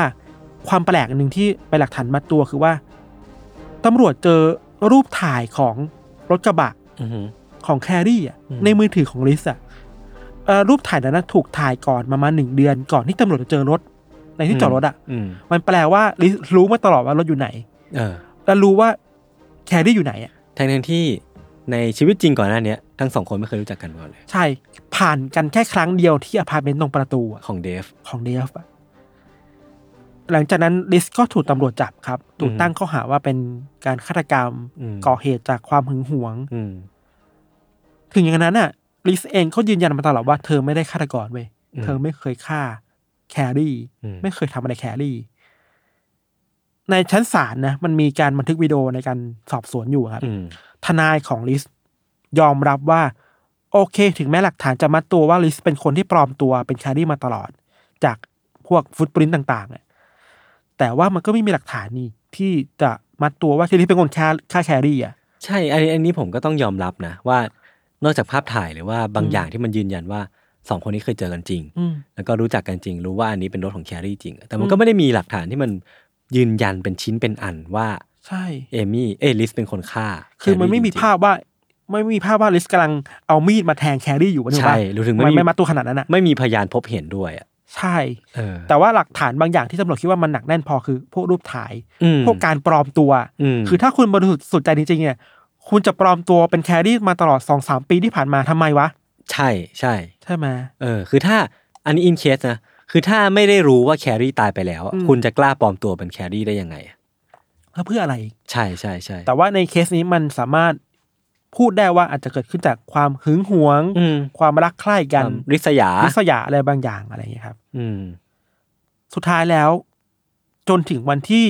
C: ความแปลกอันหนึ่งที่ไปนหลักฐานมัดตัวคือว่าตำรวจเจอรูปถ่ายของรถกระบะ
B: อือหือ
C: ของแครี่อะ
B: อืม
C: ในมือถือของลิสอะเอ่อรูปถ่ายนั้นนะถูกถ่ายก่อนประมาณหนึ่งเดือน ก่อนที่ตำรวจจะเจอรถในที่จอดรถอะ
B: อืม
C: มันแปลว่าลิสรู้มาตลอดว่ารถอยู่ไหน
B: เออ
C: และรู้ว่าแครี่อยู่ไหนอะ
B: ทั้งทที่ในชีวิตจริงก่อนหน้าเนี้ยทั้งสองคนไม่เคยรู้จักกันมาก่อนเลย
C: ใช่ผ่านกันแค่ครั้งเดียวที่อพาร์ตเมนต์ตรงประตูอะ
B: ของเดฟ
C: ของเดฟอะหลังจากนั้นลิสก็ถูกตำรวจจับครับ ถูก
B: อืม
C: ตั้งข้อหาว่าเป็นการฆาตกรรม
B: อืม
C: ก่อเหตุจากความหึงหวง
B: อืม
C: ถึงอย่างนั้นน่ะลิสเองเขายืนยันมาตลอดว่าเธอไม่ได้ฆาตกรเว้ย
B: อืม
C: เธอไม่เคยฆ่าแครี่
B: อืม
C: ไม่เคยทำอะไรแครี่ ในชั้นศาลนะมันมีการบันทึกวิดีโอในการสอบสวนอยู่ครับ
B: อืม
C: ทนายของลิสยอมรับว่า โอเค ถึงแม้หลักฐานจะมัดตัวว่าลิสเป็นคนที่ปลอมตัวเป็นแครี่มาตลอด จากพวกฟุตปรินต์ต่างๆเนี่ยแต่ว่ามันก็ไม่มีหลักฐานนี่ที่จะมัดตัวว่าที่ลิสเป็นคนฆ่าฆ่าแครี่อ่ะ
B: ใช่อันนี้อันนี้ผมก็ต้องยอมรับนะว่า นอกจากภาพถ่ายหรือว่าบาง
C: อืม
B: อย่างที่มันยืนยันว่าสองคนนี้เคยเจอกันจริง
C: อืม
B: แล้วก็รู้จักกันจริง รู้ว่าอันนี้เป็นรถของแครี่จริง แต่มันก็
C: อืม
B: ไม่ได้มีหลักฐานที่มันยืนยันเป็นชิ้นเป็นอันว่า
C: ใช่
B: เอมี่เอยลิสเป็นคนฆ่า
C: คือมันไม่มี
B: แครี่จริงๆ
C: ภาพว่า ไม่มีภาพว่าลิสกำลังเอามีดมาแทงแครี่อยู่วะ
B: ใช่หรือถึงไม่มี
C: นไม่มัดตัวขนาดนั้นอ่ะ
B: ไม่มีพยานพบเห็นด้วยอ่ะ
C: ใช่
B: เออ
C: แต่ว่าหลักฐานบางอย่างที่ตำรวจคิดว่ามันหนักแน่นพอคือ พวกรูปถ่าย
B: อืม
C: พวกการปลอมตัว
B: ม
C: คือถ้าคุณบริสุทธิ์ใจจริงๆเนี่ย คุณจะปลอมตัวเป็นแครี่มาตลอดสองสามปีที่ผ่านมาทำไมวะ
B: ใช่ใช่
C: ใช่ไหม
B: เออ คือถ้าอันนี้อินเคสนะคือถ้าไม่ได้รู้ว่าแครี่ตายไปแล้วอะ
C: อืม
B: คุณจะกล้าปลอมตัวเป็นแครี่ได้ยังไงอะ
C: แล้วเพื่ออะไร
B: ใช่ใช่ใช่
C: แต่ว่าในเคสนี้มันสามารถพูดได้ว่าอาจจะเกิดขึ้นจากความหึงหวง
B: อืม
C: ความรักใคร่กัน
B: ความริษยา
C: ลิษยาอะไรบางอย่างอะไรอย่างนี้ยครับ
B: อืม
C: สุดท้ายแล้ว จนถึงวันที่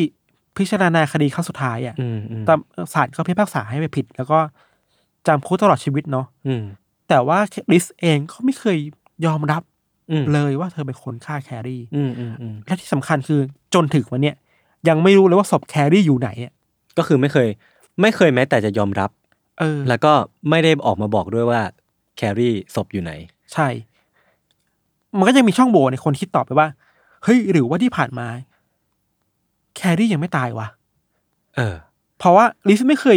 C: พิจารณาคดีครั้งสุดท้ายอ่ะ
B: อืมอืม
C: ตำศาลก็พิพากษาให้ไปผิด แล้วก็จำคุกตลอดชีวิตเนาะ
B: อืม
C: แต่ว่าลิสเองก็ไม่เคยยอมรับ
B: อืม
C: เลยว่าเธอเป็นคนฆ่าแครี่
B: อืมอืมอืม
C: และที่สำคัญคือจนถึงวันเนี้ยยังไม่รู้เลยว่าศพแครี่อยู่ไหนอะ
B: ก็คือไม่เคย ไม่เคยแม้แต่จะยอมรับ
C: เออ
B: แล้วก็ไม่ได้ออกมาบอกด้วยว่าแครี่ศพอยู่ไหน
C: ใช่ มันก็ยังมีช่องโหว่ในคนคิดต่อไปว่า เฮ้ย หรือว่าที่ผ่านมา แครี่ยังไม่ตายวะ
B: เออ
C: เพราะว่าลิซไม่เคย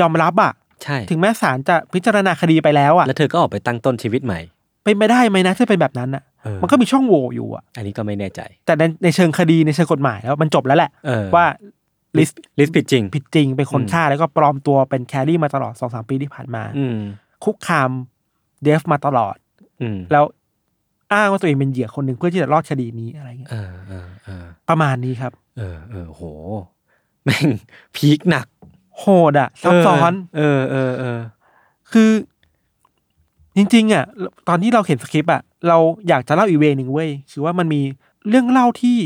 C: ยอมรับอะ
B: ใช่
C: ถึงแม้ศาลจะพิจารณาคดีไปแล้วอะ
B: แล้วเธอก็ออกไปตั้งต้นชีวิตใหม่
C: เป็นไปได้ไหมนะถ้าเป็นแบบนั้นอะ
B: เออ
C: มันก็มีช่องโหว่อยู่อะ
B: อันนี้ก็ไม่แน่ใจ
C: แต่ในในเชิงคดีในเชิงกฎหมายแล้วมันจบแล้วแหละ
B: เออ
C: ว่าลิซ
B: ลิสผิดจริง
C: ผิดจริงเป็นคน
B: อืม
C: ฆ่าแล้วก็ปลอมตัวเป็นแครี่มาตลอดสองสามปีที่ผ่านมา
B: อืม
C: คุกคามเดฟมาตลอด
B: อืม
C: แล้วอ้างว่าตัวเองเป็นเหยื่อคนหนึ่งเพื่อที่จะรอดคดีนี้อะไรเงี้ย
B: เออเออเออ
C: ประมาณนี้ครับ
B: เออเออโห แม่ง พีคหนัก
C: โหดอะซับซ้อน
B: เออเออเออ
C: คือ จริงๆอะตอนที่เราเห็นสคริปต์อะเราอยากจะเล่าอีกเวย์หนึ่งเว้ยคือว่ามันมีเรื่องเล่าที่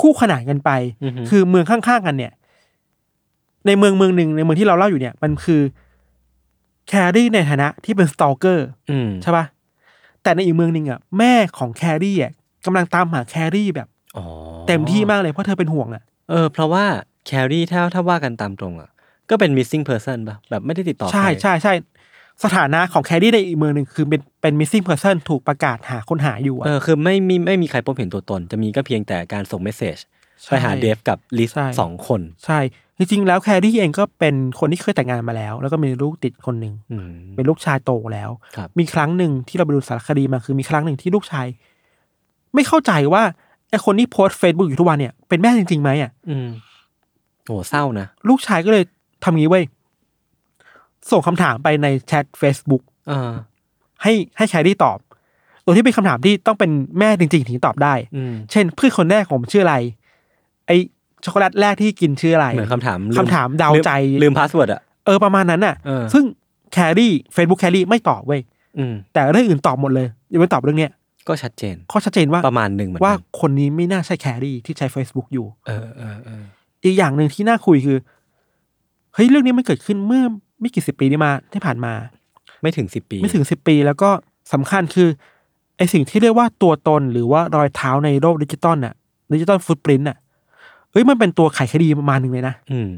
C: คู่ขนานกันไป
B: เอออ
C: คือเมืองข้างๆกันเนี่ย ในเมืองเมืองหนึ่งในเมืองที่เราเล่าอยู่เนี่ย มันคือแครี่ในฐานะที่เป็นสตอเกอร์
B: อืม
C: ใช่ปะแต่ในอีกเมืองหนึ่งอ่ะแม่ของแครี่อ่ะกำลังตามหาแครี่แบบ
B: อ๋อ
C: เต็มที่มากเลยเพราะเธอเป็นห่วงอ่ะ
B: เออ เพราะว่าแครี่ถ้าถ้าว่ากันตามตรงอ่ะ ก็เป็น missing person ป่ะ แบบไม่ได้ติดต่อ
C: ใช่
B: คร
C: ใช่ใช่สถานะของแครี่ในอีกเมืองหนึ่งคือเป็นเป็น missing person ถูกประกาศหาคนหาอยู่อ่ะ
B: เออ คือไม่มีไม่มีใครพบเห็นตัวตน จะมีก็เพียงแต่การส่งเมสเซจ
C: ใช่
B: ไปหาเดฟกับลิส
C: ใช่
B: สองคน
C: ใช่ จริงๆแล้วแครี่เองก็เป็นคนที่เคยแต่งงานมาแล้ว แล้วก็มีลูกติดคนหนึ่ง
B: อืม
C: เป็นลูกชายโตแล้ว
B: ครับ
C: มีครั้งหนึ่งที่เราไปดูสารคดีมาคือมีครั้งหนึ่งที่ลูกชาย ไม่เข้าใจว่าไอคนที่โพสเฟซบุ๊กอยู่ทุกวันเนี่ยเป็นแม่จริงๆไหมอ่ะ
B: อืมโหเศร้านะ
C: ลูกชายก็เลยทำงี้เว้ย ส่งคำถามไปในแชท Facebook
B: เออ
C: ให้ให้แครี่ตอบโดยที่เป็นคำถามที่ต้องเป็นแม่จริงๆ ถึงตอบได้
B: อืม
C: เช่นเพื่อนคนแรกของผมชื่ออะไร ไอช็อกโกแลตแรกที่กินชื่ออะไร
B: เหมือนคำถามลื
C: คำถามเดาใจ
B: ลืมลืมพาสเวิร์ดอ่ะ
C: เออประมาณนั้นน่ะ
B: เออ
C: ซึ่งแครี่ Facebook แครี่ไม่ตอบเว้ย
B: อืม
C: แต่เรื่องอื่นตอบหมดเลยยังไม่ตอบเรื่องเนี้ย
B: ก็ชัดเจน
C: ข้อชัดเจนว่า
B: ประมาณหนึ่งเหมือนกัน
C: ว่าคนนี้ไม่น่าใช่แครี่ที่ใช้ Facebook อยู่
B: เออเออเออ
C: อีกอย่างหนึ่งที่น่าคุยคือเฮ้ยเรื่องนี้มันเกิดขึ้นเมื่อไม่กี่สิบปีที่มาที่ผ่านมา
B: ไม่ถึงสิบปี
C: ไม่ถึงสิบปีแล้วก็สำคัญคือ ไอสิ่งที่เรียกว่าตัวตนหรือว่ารอยเท้าในโลกดิจิตอลน่ะดิจิตอลฟุตปรินต์น่ะเอ้ยมันเป็นตัวไขคดีประมาณหนึ่งเลยนะ
B: อืม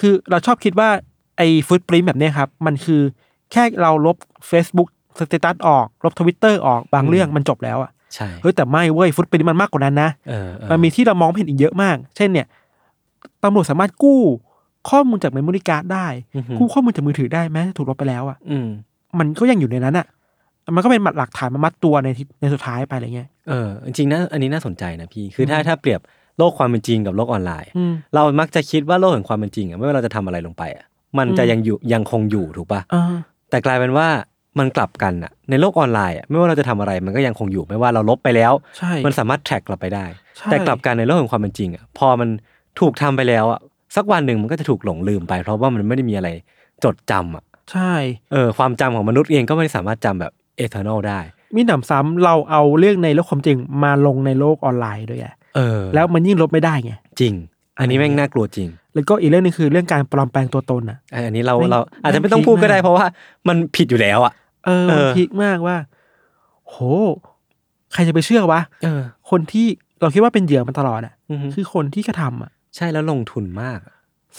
C: คือเราชอบคิดว่าไอ้ฟุตปรินต์แบบเนี้ยครับ มันคือแค่เราลบ Facebook สเตตัสออก ลบทวิตเตอร์ออกบางเรื่องมันจบแล้วอะ
B: ใช่
C: เฮ้ยแต่ไม่เว้ยฟุตปรินต์มันมากกว่านั้นนะ
B: เออเออ
C: มันมีที่เรามองไม่เห็นอีกเยอะมาก เช่นเนี่ยตำรวจสามารถกู้ข้อมูลจากเมมโมรี่การ์ดได้
B: อือหือ
C: กู้ข้อมูลจากมือถือได้แม้ถูกลบไปแล้วอะ
B: อืม
C: มันก็ยังอยู่ในนั้นอะมันก็เป็นหลักฐานมามัดตัวในที่ในสุดท้ายไปอะไรเงี้ย
B: เออจริงๆนะอันนี้น่าสนใจนะพี่ คือถ้าถ้าเปรียบโลกความเป็นจริงกับโลกออนไลน์
C: อืม
B: เรามักจะคิดว่าโลกแห่งความเป็นจริงอะไม่ว่าเราจะทำอะไรลงไปอะมันจะ
C: อืม
B: ยังอยู่ยังคงอยู่ถูกปะ
C: อ่า
B: แต่กลายเป็นว่ามันกลับกันอะในโลกออนไลน์อะไม่ว่าเราจะทำอะไรมันก็ยังคงอยู่ไม่ว่าเราลบไปแล้ว
C: ใช่
B: มันสามารถแทร็กกลับไปได้
C: ใช่
B: แต่กลับกันในโลกแห่งความเป็นจริงอะพอมันถูกทำไปแล้วอะสักวันหนึ่งมันก็จะถูกหลงลืมไป เพราะว่ามันไม่ได้มีอะไรจดจำอะ
C: ใช่
B: เออความจำของมนุษย์เองก็ไม่ได้สามารถจำแบบเอเทอร์นอลได้
C: มีหนำซ้ำเราเอาเรื่องในโลกความจริงมาลงในโลกออนไลน์ด้วยไง
B: เออ
C: แล้วมันยิ่งลบไม่ได้ไง
B: จริง อันนี้แม่งน่ากลัวจริง
C: แล้วก็อีกเรื่องหนึงคือเรื่องการปลอมแปลงตัวตนอ่ะ
B: เอออันนี้เรา
C: แม่ง
B: เราอาจจะ
C: แม่ง
B: ไม่ต้อง
C: พีค
B: พูดก็
C: มาก
B: ได้เพราะว่ามันผิดอยู่แล้วอ่ะ
C: เออ
B: เออ
C: มันพีคมากว่า โห ใครจะไปเชื่อวะ
B: เออ
C: คนที่เราคิดว่าเป็นเหยื่อมาตลอดอ่ะ
B: อฮึ
C: คือคนที่กระทำอ่ะ
B: ใช่แล้วลงทุนมาก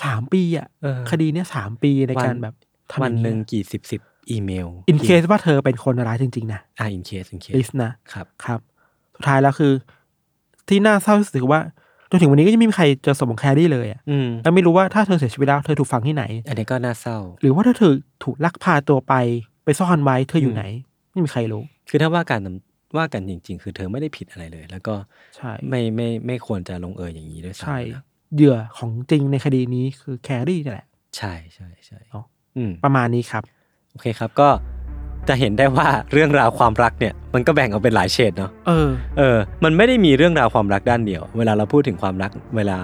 C: สามปีอ่ะ
B: เออ
C: คดีเนี้ยสามปีในการ
B: วัน
C: แบบทำ
B: วั
C: อน ย่า
B: หนึ่ง
C: เย
B: กี่สิบสิบอีเมล
C: อินเคสว่าเธอเป็นคนร้ายจริง ๆ นะ
B: อ่าอินเคสอินเค
C: ลิ
B: ส
C: สนะ
B: ครับ
C: ครับ สุดท้ายแล้วคือ ที่น่าเศร้าที่สุดคือว่าจนถึงวันนี้ก็ยังไม่มีใครเจอศพของแครี่เลยอ่ะ
B: อืม
C: แล้วไม่รู้ว่าถ้าเธอเสียชีวิตแล้วเธอถูกฝังที่ไหน
B: อันนี้ก็น่าเศร้า
C: หรือว่าถ้าเธอถูกลักพาตัวไปไปซ่อนไว้เธออ
B: อื
C: ยู่
B: ม
C: ไหน ไม่มีใครรู้
B: คือถ้าว่าการว่ากันจริง ๆ คือเธอไม่ได้ผิดอะไรเลย แล้วก็
C: ใช่
B: ไม่ไม่ไม่ควรจะลงเอยอย่างนี้ด้วยซ้ำ
C: ใช่
B: นะ
C: เหยื่อของจริงในคดีนี้คือแครี่นี่แหละ
B: ใช่ใช่ใช่
C: เนอะ
B: อืม
C: ประมาณนี้ครับ
B: โอเคครับก็จะเห็นได้ว่าเรื่องราวความรักเนี่ย มันก็แบ่งออกเป็นหลายเฉดเนาะ
C: เออ
B: เออ มันไม่ได้มีเรื่องราวความรักด้านเดียว เวลาเราพูดถึงความรัก เวลา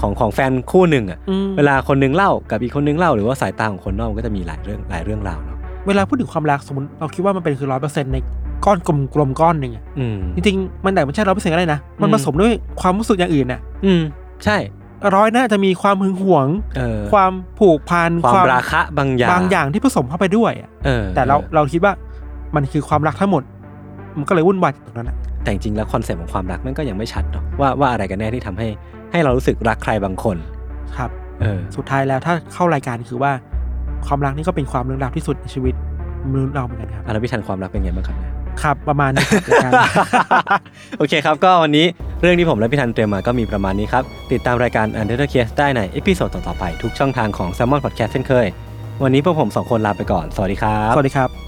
B: ของของแฟนคู่หนึ่งอะ
C: อืม
B: เวลาคนหนึ่งเล่ากับอีกคนหนึ่งเล่าหรือว่าสายตาของคนนอกมันก็จะมีหลายเรื่องหลายเรื่องราวเนาะ
C: เวลาพูดถึงความรักสมมติเราคิดว่ามันเป็นคือร้อยเปอร์เซ็นในก้อนกลมกลมๆก้อนหนึ่งอะ
B: อืม
C: จริงๆมันแต่ไม่ใช่ร้อยเปอร์เซ็นต์ก็ได้นะ มัน
B: อืม
C: ผสมด้วยความรู้สึกอย่างอื่นน่ะ
B: อืม ใช่
C: ร้อยน่าจะมีความหึงหวง
B: เออ
C: ความผูกพัน
B: ความราคะบางอย่าง
C: บางอย่างที่ผสมเข้าไปด้วยอะ
B: เออ
C: แต่เราเราคิดว่ามันคือความรักทั้งหมด มันก็เลยวุ่นวายตรงนั้นอะ
B: แต่จริงๆแล้วคอนเซ็ปต์ของความรักมันก็ยังไม่ชัดเนาะว่าว่าอะไรกันแน่ที่ทำให้ให้เรารู้สึกรักใครบางคน
C: ครับ
B: เออ
C: สุดท้ายแล้วถ้าเข้ารายการคือว่าความรักนี่ก็เป็นความลึกลับที่สุดในชีวิตมนุษย์เราเหมือนกันครับ
B: อารพิธันความรักเป็นไงบ้างครับเนี่ย
C: ครับ ประมาณนี้ครับรายการ
B: โอเคครับ ก็วันนี้เรื่องที่ผมและพี่ธันเตรียมมาก็มีประมาณนี้ครับ ติดตามรายการ u n d e r t a l Case ได้ในเอพิโซดต่อๆไปทุกช่องทางของ s ซ m o n Podcast เช่นเคย วันนี้พวกผมสองคนลาไปก่อน สวัสดีครับ
C: สวัสดีครับ